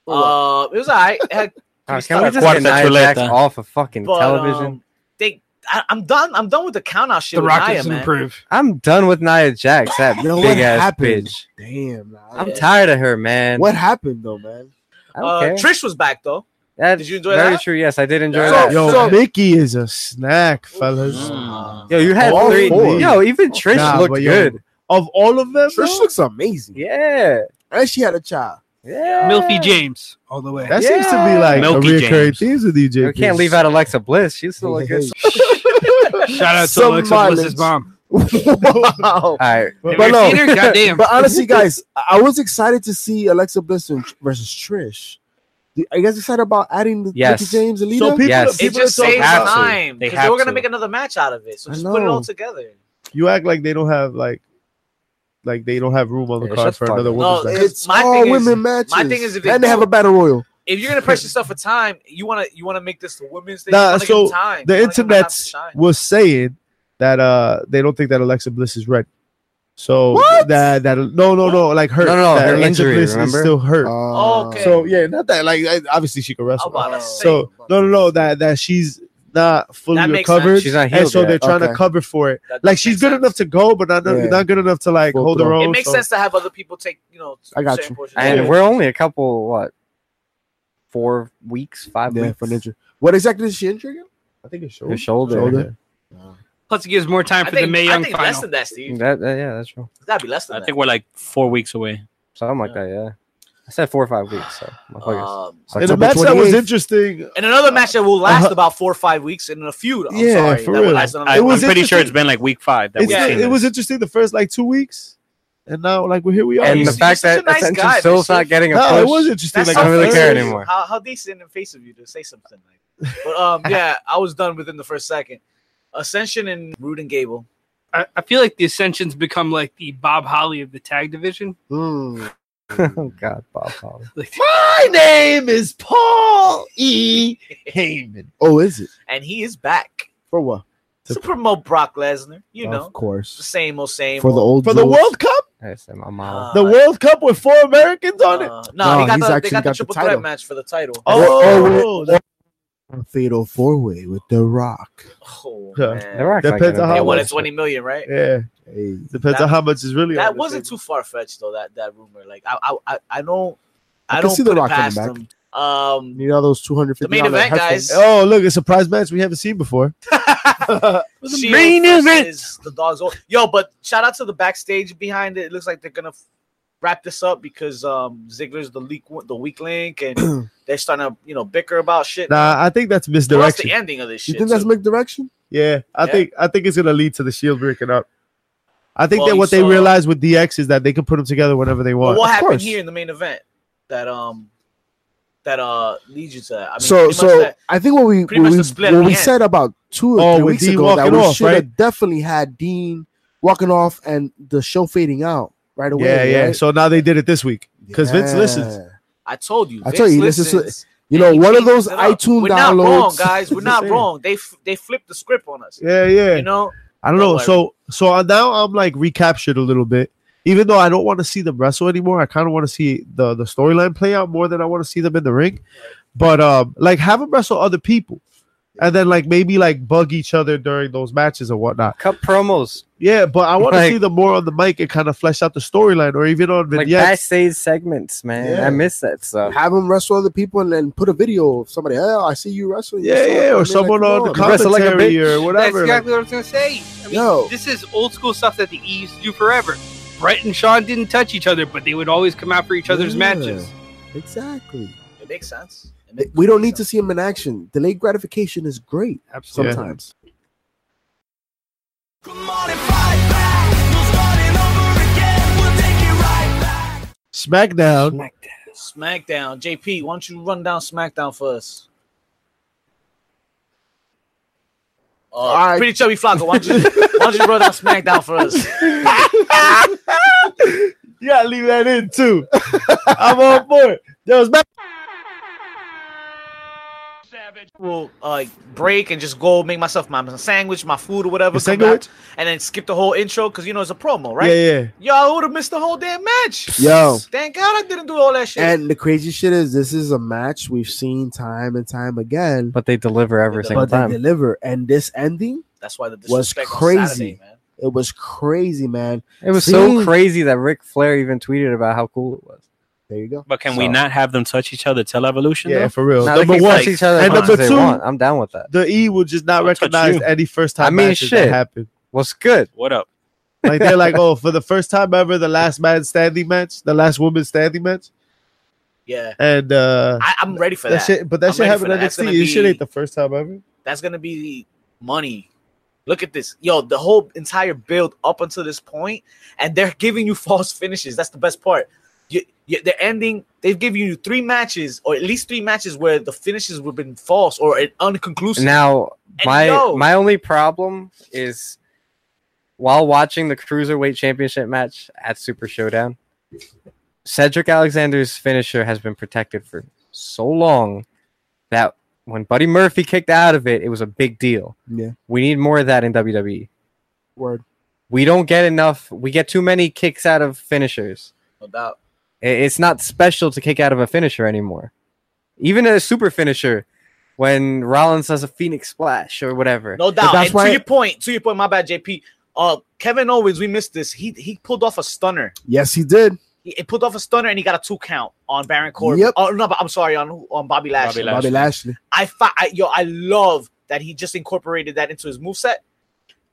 S1: Uh, it was alright. It had
S2: Oh,
S1: He's
S2: can we
S1: got a
S2: just
S7: quartet
S2: get Nia
S7: roulette,
S2: Jax
S7: huh?
S2: off of fucking
S1: but,
S2: television?
S1: um, they, I, I'm done. I'm done with the count out shit.
S4: the
S1: with
S4: Rockets
S1: Nia,
S4: can
S1: man.
S4: improve.
S2: I'm done with Nia Jax, that
S5: You know what
S2: big ass
S5: happened?
S2: bitch.
S5: Damn. nah.
S2: I'm tired of her, man.
S5: what happened though, man?
S2: I don't
S1: Uh,
S2: care.
S1: Trish was back though.
S2: That's
S1: did you enjoy
S2: very
S1: that?
S2: true. Yes, I did enjoy
S1: So-
S2: that. Yo,
S6: Yo,
S1: So-
S6: Mickey is a snack, fellas.
S1: Mm.
S2: yo, you had
S5: all
S2: three.
S5: four.
S2: Yo, even Trish
S6: Nah,
S2: looked
S6: but yo,
S2: good.
S6: Of all of them,
S5: Trish
S6: though,
S5: looks amazing.
S2: Yeah,
S5: And she had a child.
S2: yeah.
S4: Milfy James all the way.
S6: that seems to be
S2: Yeah.
S6: like
S7: Milky
S6: a recurring
S7: James.
S6: theme with you,
S2: We
S6: JP.
S2: can't leave out Alexa Bliss. She still look good.
S4: Shout out to
S5: Some
S4: Alexa
S5: mileage.
S4: Bliss's mom.
S5: wow.
S2: All right.
S6: But,
S4: Have you
S5: no.
S4: seen her? Goddamn.
S5: But honestly, guys, I I was excited to see Alexa Bliss and- versus Trish. Are you guys excited about adding the
S2: Yes.
S5: Mickey James and
S6: so
S5: Lita?
S6: people,
S2: Yes.
S1: It
S6: people
S1: just
S6: are
S1: saves
S6: talking
S2: have
S6: about-
S2: to.
S1: time
S7: They
S1: because they,
S7: have
S1: were gonna
S7: to.
S1: make another match out of it. So
S5: I
S1: just put it
S5: know.
S1: all together.
S6: You act like they don't have like, like they don't have room on the
S2: Yeah,
S6: card
S2: shut
S6: for
S2: the fuck
S6: another
S2: up.
S6: women's
S1: No,
S6: match.
S5: It's
S1: My
S5: all
S1: thing is-
S5: women matches.
S1: my thing is if they
S5: and they
S1: do-
S5: have a battle royal.
S1: If you're gonna press yourself for time, you wanna you wanna make this the women's thing.
S6: Nah,
S1: you wanna
S6: so
S1: give them time.
S6: the
S1: You wanna give them time to
S6: internet
S1: shine.
S6: was saying that uh they don't think that Alexa Bliss is ready. So
S5: What?
S6: that that no no no like hurt
S2: No, no, no,
S6: that
S2: her
S6: Alexa
S2: injury,
S6: Bliss
S2: remember?
S6: is still hurt.
S1: Oh, okay.
S6: So yeah, not that like I- obviously she can
S1: I'm
S6: wrestle.
S1: about to
S5: So-
S1: say,
S6: So no no no that that she's not fully
S1: That makes
S6: recovered.
S1: sense.
S2: She's not
S6: And
S2: healed
S6: so
S2: yet.
S6: they're trying
S5: Okay.
S6: to cover for it.
S1: that
S6: Like
S1: does
S6: she's
S1: make
S6: good
S1: sense.
S6: enough to go, but not
S5: Yeah.
S6: not good enough to like
S5: Full
S6: hold her
S5: throw.
S6: own.
S1: It makes
S6: so-
S1: sense to have other people take you know.
S5: I got
S1: certain
S5: you.
S1: portions of
S2: And
S1: it.
S2: we're only a couple what, four weeks, five
S5: Yeah,
S2: weeks
S5: for Ninja. What exactly is she injured again?
S6: I think it's
S2: Her
S6: shoulder.
S2: shoulder.
S5: Shoulder.
S4: Plus, it gives more time
S1: I
S4: for
S1: think,
S4: the May
S1: I
S4: Young
S1: think less
S4: final.
S1: than that, Steve.
S2: That, that- yeah, that's true.
S1: That'd be less than
S7: I
S1: that.
S7: think we're like four weeks away.
S2: Something like that. Yeah, I said four or five weeks. So, motherfuckers.
S1: Um,
S2: It's
S6: And the
S2: October
S6: match that was
S5: 28th.
S6: interesting.
S1: and another match that will last
S6: Uh-huh.
S1: about four or five weeks in a feud. I'm
S6: Yeah,
S1: sorry,
S6: for
S1: that
S6: real.
S1: Will last another
S7: I,
S6: It
S1: one.
S6: was
S7: I'm pretty sure it's
S6: interesting.
S7: been like week five that
S6: It's,
S7: we've
S1: Yeah.
S7: seen
S6: it
S7: this.
S6: was interesting the first like two weeks, and now like we're here we are.
S2: and
S1: He's-
S2: the
S1: he's
S2: fact
S1: such a
S2: that
S1: nice
S2: Ascension
S1: guy,
S2: still's
S1: man.
S2: not getting a
S6: no,
S2: push.
S6: it was interesting.
S1: That's
S6: like
S2: I
S1: so
S2: don't really
S1: fair.
S2: care anymore.
S1: How, how decent and face of you to say something like that. But um, yeah, I was done within the first second. Ascension and Rude and Gable.
S4: I, I feel like the Ascension's become like the Bob Holly of the tag division.
S5: Mm.
S2: oh God, Bob. Bob.
S4: Like,
S6: My name is Paul E. Heyman.
S5: Oh, is it?
S1: And he is back
S5: For what?
S1: to promote Brock Lesnar. You
S5: Of
S1: know, Uh, the
S5: course.
S1: same old same.
S5: For the old
S1: old.
S6: For the
S5: Joe.
S6: World Cup?
S2: I said my mom.
S6: The World Cup with four Americans on it?
S1: Uh, no, he
S5: No, he's
S1: got the, they
S5: actually
S1: got the
S5: got the
S1: triple
S5: title.
S1: threat match for the title.
S6: Oh, that-
S5: Fatal four way with The Rock.
S1: Oh,
S6: Yeah.
S1: man.
S2: They're acting
S6: Depends
S2: like
S6: on
S2: it.
S1: They
S6: how
S1: wanted
S6: much.
S1: twenty million, right?
S6: yeah.
S5: Hey.
S6: Depends
S1: That-
S6: on how much is really on
S1: That
S6: the
S1: wasn't
S6: table.
S1: too far fetched though. That that rumor, like I I I, I don't
S5: I
S1: I,
S5: can
S1: don't
S5: see
S1: put
S5: The
S1: it
S5: Rock coming
S1: past
S5: back.
S1: them. Um,
S5: Need all those two hundred fifty.
S1: The main event, guys.
S6: Oh, look, a surprise match we haven't seen before.
S1: Shield
S4: main
S1: versus
S4: event.
S1: The dogs. Yo, but shout out to the backstage behind it. It looks like they're gonna wrap this up because um Ziggler's the leak the weak link and they're starting to you know bicker about shit.
S6: Nah, I think that's
S1: Well, that's the
S6: misdirection.
S1: ending of this
S5: You
S1: shit.
S5: think that's
S1: too.
S5: misdirection?
S6: Yeah, I
S1: Yeah.
S6: think I think it's gonna lead to the Shield breaking up. I think
S1: Well,
S6: that
S1: you
S6: what they
S1: saw-
S6: realize with DX is that they can put them together whenever they
S1: But
S6: want.
S1: what
S5: Of
S1: happened
S5: course.
S1: here in the main event that um that uh leads you to that? I mean,
S5: so,
S1: pretty much
S5: so
S1: that-
S5: I think what we
S1: pretty
S5: what
S1: much
S5: we,
S1: the split
S5: what
S1: at
S5: we
S1: the end.
S5: said about two or
S6: Oh,
S5: three
S6: with
S5: weeks
S6: Dean
S5: ago that
S6: walking
S5: we
S6: off,
S5: should have
S6: right?
S5: definitely had Dean walking off and the show fading out right away.
S6: yeah, yeah.
S5: right?
S6: So now they did it this week because Vince
S5: Yeah.
S6: listens.
S1: I told you.
S5: I tell you, this
S1: Vince
S5: is-
S1: listens,
S5: You know,
S1: and he
S5: one of
S1: cleans
S5: those
S1: it up.
S5: iTunes downloads.
S1: We're not wrong, guys. We're
S6: Just
S1: not
S6: saying.
S1: wrong. They f- they flipped the script on us.
S6: Yeah, yeah.
S1: You know,
S6: I don't
S1: Don't
S6: know.
S1: worry.
S6: So so I- now I'm like recaptured a little bit. Even though I don't want to see them wrestle anymore, I kind of want to see the the storyline play out more than I want to see them in the ring. But um, like have them wrestle other people, and then like maybe like bug each other during those matches or whatnot.
S2: Cut promos,
S6: Yeah, but I want to
S2: Like-
S6: see them more on the mic and kind of flesh out the storyline, or even on
S2: like
S6: vignettes.
S2: backstage segments, man.
S5: Yeah.
S2: I miss that stuff.
S5: Have him wrestle other people and then put a video of somebody. Oh, I see you wrestling.
S6: yeah,
S5: What's up?"
S6: yeah,
S5: I
S6: or
S5: mean,
S6: someone
S5: like,
S6: on
S5: come
S6: the
S2: Wrestle like a
S6: commentary or
S4: That's
S6: whatever.
S4: exactly what I was gonna say. I mean,
S5: Yo.
S4: this is old school stuff that the E used to do forever. Brett and Sean didn't touch each other, but they would always come out for each other's
S5: Yeah.
S4: matches.
S5: Exactly.
S1: it makes sense. It
S5: Th-
S1: makes
S5: We don't need to
S1: sense.
S5: see him in action. Delayed gratification is great
S4: Absolutely.
S5: sometimes.
S6: SmackDown.
S1: SmackDown. JP, why don't you run down SmackDown for us? Uh,
S5: All right.
S1: Pretty chubby Flocka, why don't you why don't you run down SmackDown for us?
S6: Yeah, leave that in too. I'm on board. There was back.
S1: We'll uh, like, break and just go make myself my my sandwich, my food or whatever,
S6: Your
S1: come
S6: sandwich?
S1: back, and then skip the whole intro because you know it's a promo, right?
S6: Yeah, yeah.
S1: Yo, I would have missed the whole damn match.
S5: Yo.
S1: thank God I didn't do all that shit.
S5: And the crazy shit is, this is a match we've seen time and time again,
S2: But they deliver every
S1: But
S2: single
S5: but they
S2: time.
S5: deliver. And this ending,
S1: That's why the
S5: was
S1: disrespect was
S5: crazy.
S1: On Saturday, man.
S5: it was crazy, man.
S2: It was so
S5: See?
S2: crazy that Ric Flair even tweeted about how cool it was.
S5: There you go.
S7: But can we
S2: So-
S7: not have them touch each other till evolution?
S6: Yeah,
S7: though?
S6: for real.
S2: Now, they
S6: number
S2: can
S6: one,
S2: touch each other as
S6: and
S2: much
S6: number
S2: as
S6: two,
S2: they want. I'm down with that.
S6: the E will just not
S7: I'll touch
S6: recognize
S7: you.
S6: any first time
S2: I mean,
S6: matches
S2: shit.
S6: that happened.
S2: What's good?
S7: What up?
S6: Like they're like, oh, for the first time ever, the last man standing match, the last woman standing match,
S1: Yeah,
S6: and uh,
S1: I, I'm ready for
S6: that,
S1: that.
S6: shit. But that
S1: I'm
S6: shit
S1: ready
S6: happened
S1: for
S6: at
S1: that. That's
S6: NXT.
S1: gonna
S6: This shit
S1: be-
S6: ain't the first time ever.
S1: That's gonna be money. Look at this, yo. The whole entire build up until this point, and they're giving you false finishes. That's the best part. You, you, they're ending. They've given you three matches, or at least three matches, where the finishes would have been false or unconclusive.
S2: Now,
S1: And
S2: my
S1: yo.
S2: my only problem is while watching the cruiserweight championship match at Super Showdown, Cedric Alexander's finisher has been protected for so long that when Buddy Murphy kicked out of it, it was a big deal.
S5: Yeah.
S2: We need more of that in E. WWE.
S5: Word.
S2: We don't get enough. We get too many kicks out of finishers.
S1: no doubt.
S2: I- It's not special to kick out of a finisher anymore. Even a super finisher, when Rollins has a Phoenix splash or whatever.
S1: No doubt.
S5: that's
S1: and
S5: why-
S1: to your point, to your point, my bad, JP. Uh, Kevin Owens, we missed this. He he pulled off a stunner.
S5: Yes, he did.
S1: He, he pulled off a stunner and he got a two count on Baron Corbin.
S5: Yep.
S1: Oh no, but I'm sorry on who- on Bobby Lashley.
S7: Lashley.
S5: Bobby Lashley.
S1: I, fi- I yo, I love that he just incorporated that into his moveset.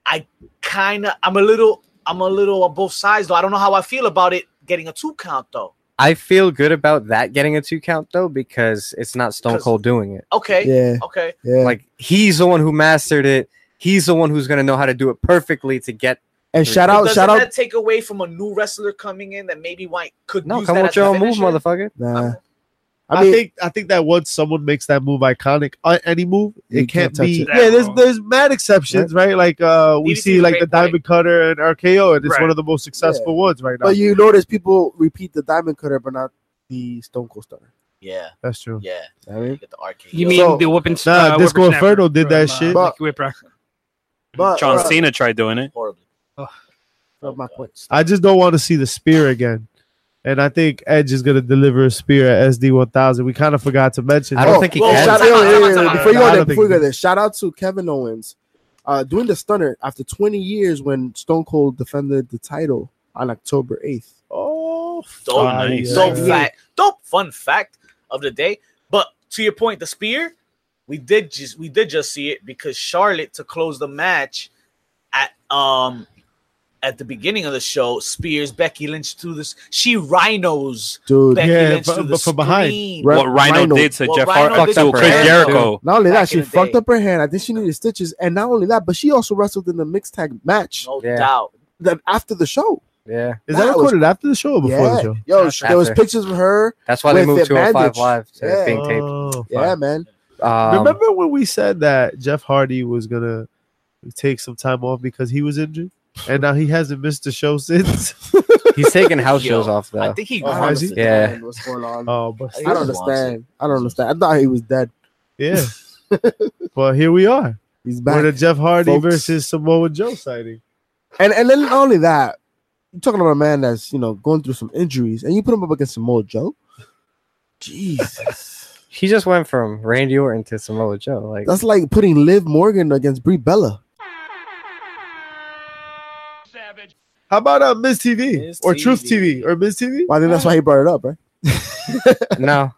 S1: I kind of, I'm a little, I'm a little on both sides though. I don't know how I feel about it getting a two count though.
S2: I feel good about that getting a two count though because it's not Stone
S1: 'Cause-
S2: Cold doing it.
S1: Okay,
S5: Yeah,
S1: okay,
S5: yeah.
S2: Like he's the one who mastered it. He's the one who's gonna know how to do it perfectly to get.
S5: and shout
S1: But
S2: Oh,
S5: out,
S1: doesn't
S5: shout out.
S1: that take away from a new wrestler coming in that maybe might could
S2: No,
S1: use
S2: come
S1: that
S2: with
S1: as a
S2: your own move,
S1: finisher?
S2: motherfucker.
S5: Nah.
S6: I, think I think that once someone makes that move iconic, uh, any move,
S5: You
S6: it
S5: can't
S6: can't,
S5: touch
S6: be.
S5: it.
S6: Yeah, there's there's mad exceptions, right? Like uh, we
S1: DDT is
S6: see
S1: a
S6: like
S1: great
S6: the Diamond Cutter and RKO, and it's
S4: Right.
S6: one of the most successful ones right now.
S5: But you notice people repeat the diamond cutter, but not the Stone Cold Stunner.
S1: Yeah,
S6: That's true.
S1: yeah.
S5: I mean,
S1: You get the RKO.
S4: You mean
S5: So-
S4: the whooping?
S6: Nah,
S4: uh,
S6: Disco
S4: whippersnapper
S6: Inferno did that
S4: from, uh,
S6: shit.
S4: Lucky Whipper.
S5: but
S7: John
S5: uh,
S7: Cena tried doing it.
S1: horribly?
S5: but my point.
S6: I just don't want to see the spear again. And I think Edge is gonna deliver a spear at SD 1000. We kind of forgot to mention.
S2: I don't
S6: that.
S2: think he
S1: well,
S2: can.
S5: Oh, shout
S1: Time out,
S5: yo,
S1: time out,
S5: yo,
S1: time
S5: yo,
S1: out.
S5: Before you
S6: I
S5: go
S6: don't
S5: there,
S6: think
S5: before you
S6: he
S5: go there, shout out to Kevin Owens, uh, doing the stunner after 20 years when Stone Cold defended the title on October 8th.
S6: Oh,
S1: Dope,
S7: Ah, nice.
S1: dope
S5: Yeah.
S1: fact, dope fun fact of the day. But to your point, the spear, we did just we did just see it because Charlotte to close the match at um at the beginning of the show, spears Becky Lynch through this. She rhinos
S5: dude.
S1: Becky
S6: yeah,
S1: Lynch
S6: but-
S1: through the
S6: but from behind.
S1: screen.
S5: Right.
S7: What Rhino,
S5: Rhino-
S7: did to
S1: what
S7: Jeff
S1: Rhino
S7: Hardy,
S2: did
S7: to
S2: to
S7: Chris
S1: Rhino.
S7: Jericho.
S5: Not only
S1: Back
S5: that, she
S1: in the
S5: fucked
S1: day.
S5: up her hand. I think she needed stitches, and not only that, but she also wrestled in the mixed tag match
S1: No
S2: Yeah.
S1: doubt.
S5: that after the show.
S2: Yeah,
S6: Is that
S5: That was-
S6: recorded after the show or before
S5: yeah,
S6: the show?
S5: yo,
S1: After.
S5: there was pictures of her.
S2: that's why they
S5: With
S2: moved
S5: the
S2: 205
S5: bandage.
S2: live to
S5: Yeah.
S2: being taped.
S6: Oh, fuck.
S5: Yeah, man.
S2: Um,
S6: Remember when we said that Jeff Hardy was gonna take some time off because he was injured, and now he hasn't missed the show since.
S2: Um, he's taking house shows
S1: Yo,
S2: off
S1: I
S2: though.
S1: think he
S5: I don't
S1: wants
S6: is he?
S1: it.
S2: Yeah.
S5: understand what's going
S2: Um,
S5: on?
S6: Oh, but
S5: I
S1: He
S5: don't
S1: just wants it.
S5: understand. I don't understand. I thought he was dead.
S6: yeah. but here we are.
S5: He's back.
S6: We're the Jeff Hardy
S5: folks.
S6: versus Samoa Joe sighting.
S5: And and then not only that, you're talking about a man that's you know going through some injuries, and you put him up against some more Joe. Jesus,
S2: He just went from Randy Orton to Samoa Joe. Like
S5: that's like putting Liv Morgan against Brie Bella.
S6: How about uh, Miz TV
S1: Miz
S6: or
S1: TV.
S6: Truth TV or Miz TV?
S5: Well, I think that's why he brought it up, right?
S2: no,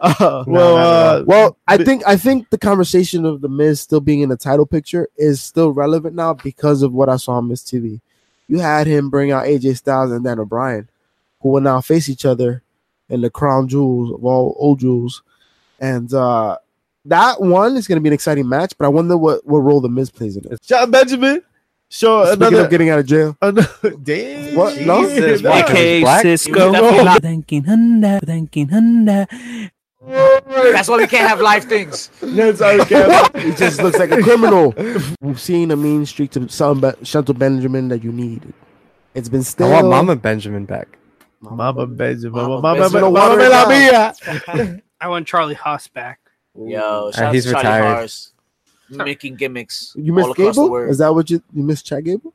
S6: Uh,
S2: No,
S6: well,
S2: not at
S6: uh,
S5: Well, I
S6: But-
S5: think I think the conversation of the Miz still being in the title picture is still relevant now because of what I saw on Miz TV. You had him bring out AJ Styles and Dan O'Brien, who will now face each other in the crown jewels of all old jewels, and uh, that one is going to be an exciting match. But I wonder what what role the Miz plays in it.
S6: John Benjamin. Sure,
S5: Speaking
S6: another.
S5: of getting out of jail,
S6: another damn.
S5: What? No?
S2: Jesus, why?
S7: AKA
S2: Black?
S7: Cisco.
S1: That's why we can't have live things.
S6: That's all we care about.
S5: he just looks like a criminal. We've seen a mean streak to some Be- Shanto Benjamin that you need. It's been
S2: I
S5: stale.
S2: want Mama Benjamin back.
S6: Mama Benjamin. Mama,
S1: Mama
S6: Mama,
S1: Benjamin.
S6: Mama,
S5: Water
S6: Mama la
S5: down.
S6: mia.
S4: I want Charlie Haas back.
S1: Yo, shout
S2: Uh,
S1: out
S2: he's
S1: to Charlie
S2: retired.
S1: Haas, making gimmicks
S5: You
S1: all
S5: missed
S1: across the
S5: Gable?
S1: world.
S5: Is that what you you missed Chad Gable?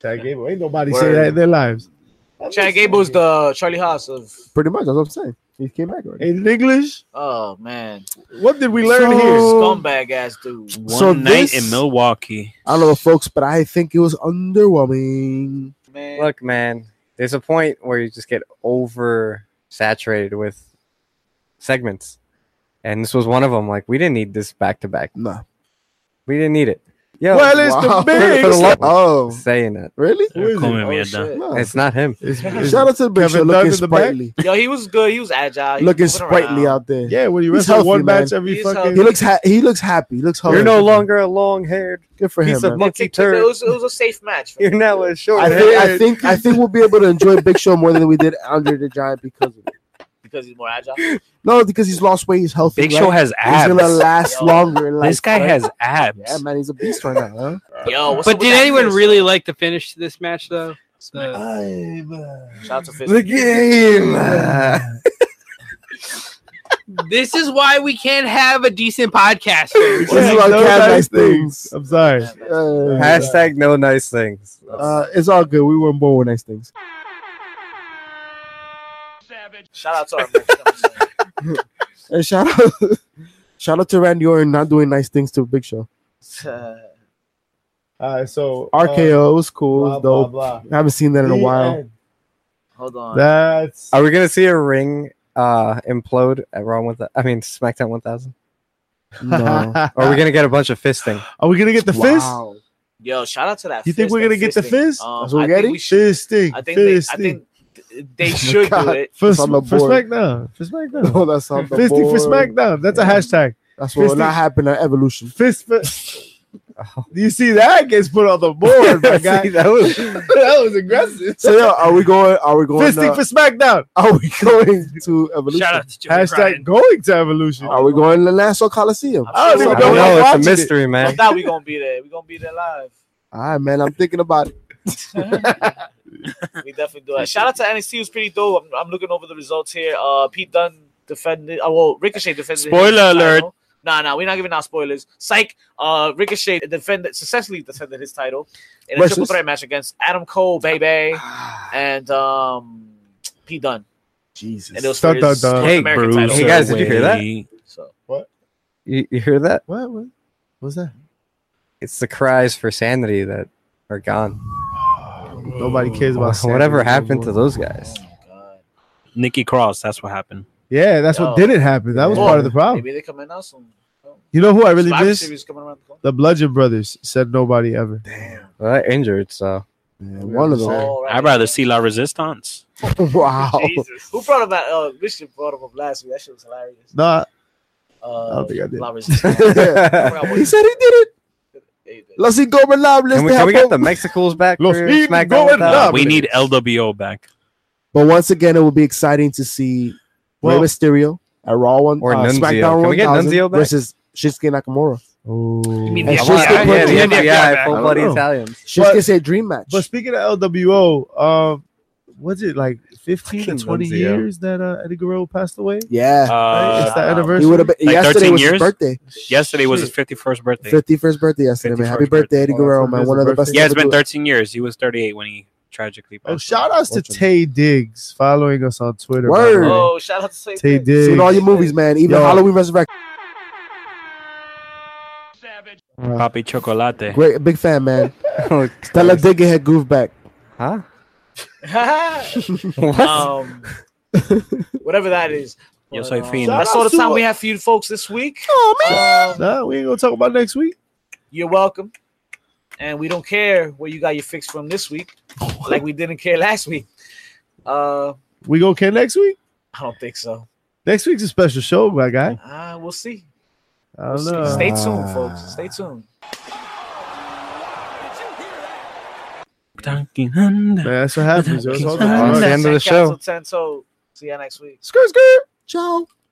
S6: Chad Gable. Ain't nobody
S1: Word.
S6: say that in their lives.
S1: Chad Gable's the Charlie Haas of.
S5: Pretty much, that's what I'm saying. He came back already.
S6: In English,
S1: Oh man,
S6: what did we learn
S5: So-
S6: here?
S1: scumbag ass dude.
S7: One
S5: So
S7: night
S5: this-
S7: in Milwaukee.
S5: I don't know, folks, but I think it was underwhelming.
S1: Man,
S2: Look, man, there's a point where you just get over saturated with segments, and this was one of them. Like we didn't need this back to back.
S5: Nah.
S2: We didn't need it. Yeah,
S6: Well, it's
S5: Wow.
S6: the big.
S2: For the love-
S5: Oh,
S2: saying it.
S5: really?
S6: Who is it?
S7: Come
S1: Oh,
S7: here,
S1: shit.
S7: Mierda.
S5: No.
S2: It's not him.
S6: It's- it's-
S5: Shout out to the big
S6: Kevin
S5: show
S6: Dunn in
S5: looking
S6: the back?
S5: sprightly.
S1: yo, he was good. He was agile. He was
S5: Looking
S1: moving around.
S5: sprightly out there.
S6: Yeah, when you
S5: He's
S6: wrestle
S5: healthy,
S6: one
S5: man.
S6: match every
S1: He's
S6: fucking.
S1: healthy.
S5: He looks ha- he looks happy. He looks hungry.
S2: You're no longer a long-haired
S5: good for him.
S2: piece of
S5: Man.
S2: monkey
S1: It
S2: turd.
S1: was, it was a safe match.
S2: You're now a
S5: I
S2: short-haired.
S5: think, I think I think we'll be able to enjoy Big Show more than we did Andre the Giant because of it.
S1: because he's more agile.
S5: No, because he's lost weight. He's healthy.
S7: Big
S5: right?
S7: Show has
S5: He's gonna
S7: abs.
S5: last
S1: Yo.
S5: longer. in
S7: This
S5: life,
S7: guy
S5: right?
S7: has
S5: Yeah,
S7: abs.
S5: man, he's a beast right now. Huh?
S1: Yo, what's up
S4: But
S1: with
S4: did
S1: that
S4: anyone
S1: fist?
S4: really like the finish to this match, though? The-
S1: Shout out to Fist.
S2: the game.
S4: this is why we can't have a decent podcast. folks.
S5: This is why
S6: no
S5: Cavs
S6: nice
S5: nice things.
S6: things. I'm sorry.
S5: Uh,
S2: Hashtag no nice things.
S5: uh, it's all good. We weren't born with nice things.
S1: Shout out to our merch. I'm saying.
S5: And shout out, shout out to Randy Orton not doing nice things to Big Show.
S6: All right, so uh,
S5: RKO was cool,
S6: blah,
S5: it was dope.
S6: blah, blah.
S5: I haven't seen that in a
S6: The
S5: while.
S6: end.
S1: Hold on.
S6: That's
S2: Are we gonna see a ring uh implode at Raw one? thou- I mean SmackDown one thousand.
S5: No.
S2: Or are we gonna get a bunch of fisting?
S6: Are we gonna get the fist?
S5: Wow.
S1: Yo, shout out to that.
S6: You think
S1: fist,
S6: we're
S1: that
S6: gonna get the
S1: fisting.
S6: fist?
S1: Um,
S5: That's what
S1: I
S5: we're
S1: think
S5: getting?
S1: we should.
S6: Fisting.
S1: I think they, I
S6: Fisting.
S1: think th- they should do
S5: God.
S1: it.
S6: For,
S5: It's on the
S6: for
S5: board.
S6: SmackDown. For SmackDown.
S5: No, Oh, that's on the
S6: Fisting for
S5: board.
S6: SmackDown. That's a
S5: Yeah.
S6: hashtag.
S5: That's what will
S6: Fisting.
S5: not happen at Evolution.
S6: Fist for. You see that gets put on the board, my guy.
S2: See, that was
S6: that was aggressive.
S5: So yeah, are we going? Are we going?
S6: Fisting
S5: uh,
S6: for SmackDown.
S5: are we going to Evolution?
S4: Shout out to Joey
S6: Hashtag
S4: Bryan.
S6: going to Evolution.
S2: Oh,
S5: Are we going to Nassau Coliseum?
S1: I'm
S6: I don't
S1: sure
S6: even
S2: I
S1: we're
S6: know
S2: don't
S1: gonna-
S6: why I'm
S2: know. It's
S6: watching
S2: a mystery,
S1: I
S2: man.
S1: thought we gonna be there. We gonna be there live.
S5: All right, man. I'm thinking about it.
S1: We definitely do that. Shout out to NXT. It was pretty dope. I'm, I'm looking over the results here. Uh, Pete Dunne defended. Oh, well, Ricochet defended. his
S7: Spoiler
S1: title.
S7: alert.
S1: Nah, nah, we're not giving out spoilers. Psych. Uh, Ricochet defended successfully defended his title in a
S5: Versus?
S1: triple threat match against Adam Cole, baby, and um, Pete Dunne.
S5: Jesus.
S1: And it was for
S6: Dun,
S1: his
S6: dun, dun.
S1: North
S7: Hey,
S1: American
S7: Bruce.
S1: title.
S2: Hey, guys, did you hear that?
S7: Wayne.
S1: So
S2: You, you hear that?
S6: What? What? What's that?
S2: It's the cries for sanity that are gone.
S6: Nobody cares about
S2: Whatever
S6: Sanders
S2: happened
S6: anymore.
S2: to those guys?
S1: God.
S7: Nikki Cross. That's what happened.
S6: Yeah, that's what
S1: Yo.
S6: didn't happen. That was
S1: Well,
S6: part of the problem.
S1: Oh Maybe they coming out soon.
S6: You know who I really
S1: Survivor
S6: miss?
S1: Series coming around the corner.
S6: The Bludgeon Brothers said nobody ever.
S2: Well, they're injured, so
S5: Yeah, one of them.
S1: All right.
S7: I'd rather see La Resistance.
S5: wow.
S4: Jesus.
S1: Who brought him up? Uh, Bishop brought him up last week. That shit was hilarious.
S6: Nah,
S1: Uh,
S6: I don't think I did.
S1: La Resistance. I forgot what
S5: he said he did it.
S1: they did.
S5: Los ingobernables.
S2: Can we,
S5: de
S2: can we get
S5: Japón.
S2: the Mexicals back?
S6: Los
S2: for
S6: Eaton
S2: SmackDown
S6: going
S2: without-
S6: up.
S7: we need LWO back.
S5: But once again, it will be exciting to see
S6: Well-
S5: Rey Mysterio at Raw one
S2: Or
S5: uh,
S2: Nunzio.
S5: SmackDown
S2: Can we get
S5: 1000
S2: Nunzio back?
S5: versus Shinsuke Nakamura.
S4: You mean
S5: And
S4: the
S2: I
S5: she's
S2: want-
S5: the
S2: yeah,
S5: bloody-
S2: yeah,
S4: yeah,
S2: yeah,
S4: yeah,
S2: full
S6: oh. I
S2: bloody
S6: don't know.
S2: Italians.
S5: Shinsuke say dream match.
S6: But speaking of LWO, um, was it like 15 to
S2: Fucking
S6: 20
S2: Nunzio.
S6: years that uh, Eddie Guerrero passed away?
S5: yeah,
S6: Right? It's the
S7: Uh,
S5: he
S6: anniversary.
S5: would have been.
S7: Like
S5: yesterday
S7: 13
S5: was his
S7: years?
S5: birthday.
S7: yesterday was his 51st birthday.
S5: Fifty first birthday yesterday, man. Happy
S7: 51st birthday.
S5: birthday, Eddie
S6: Oh,
S5: Guerrero,
S6: that's
S5: man.
S6: his
S5: One of the
S6: birthday.
S5: best.
S7: Yeah, it's been
S5: thirty.
S7: 13 years. He was 38 when he tragically passed.
S6: Oh, shout
S7: away.
S6: outs to Tay Diggs following us on Twitter. by
S5: Word.
S6: the way.
S1: Oh, shout out to Saint
S6: Tay
S1: Nick.
S6: Diggs.
S5: Seen all your movies, man. Even
S6: Yo.
S5: Halloween Resurrection.
S7: Papi Chocolate.
S5: Great, big fan, man.
S2: Oh,
S5: Stella Diggy had groove back.
S2: huh? What?
S1: um, whatever that is.
S7: Yo
S1: But,
S7: soy
S1: um,
S7: fiend.
S1: That's all the time we have for you folks this week.
S5: Oh
S1: Uh,
S6: Nah, we ain't gonna talk about next week.
S1: you're welcome. And we don't care where you got your fix from this week, like we didn't care last week. Uh,
S6: We go okay next week.
S1: I don't think so.
S6: Next week's a special show, my guy.
S1: Uh, we'll see.
S6: I
S1: We'll
S6: don't
S1: see.
S6: know.
S1: Stay tuned, folks. Stay tuned.
S6: Man, that's what happens. yo. It's all
S2: That's the
S6: good.
S2: end of the show.
S1: Cancel Tento. See you next week.
S6: Skirt, skirt.
S5: Ciao.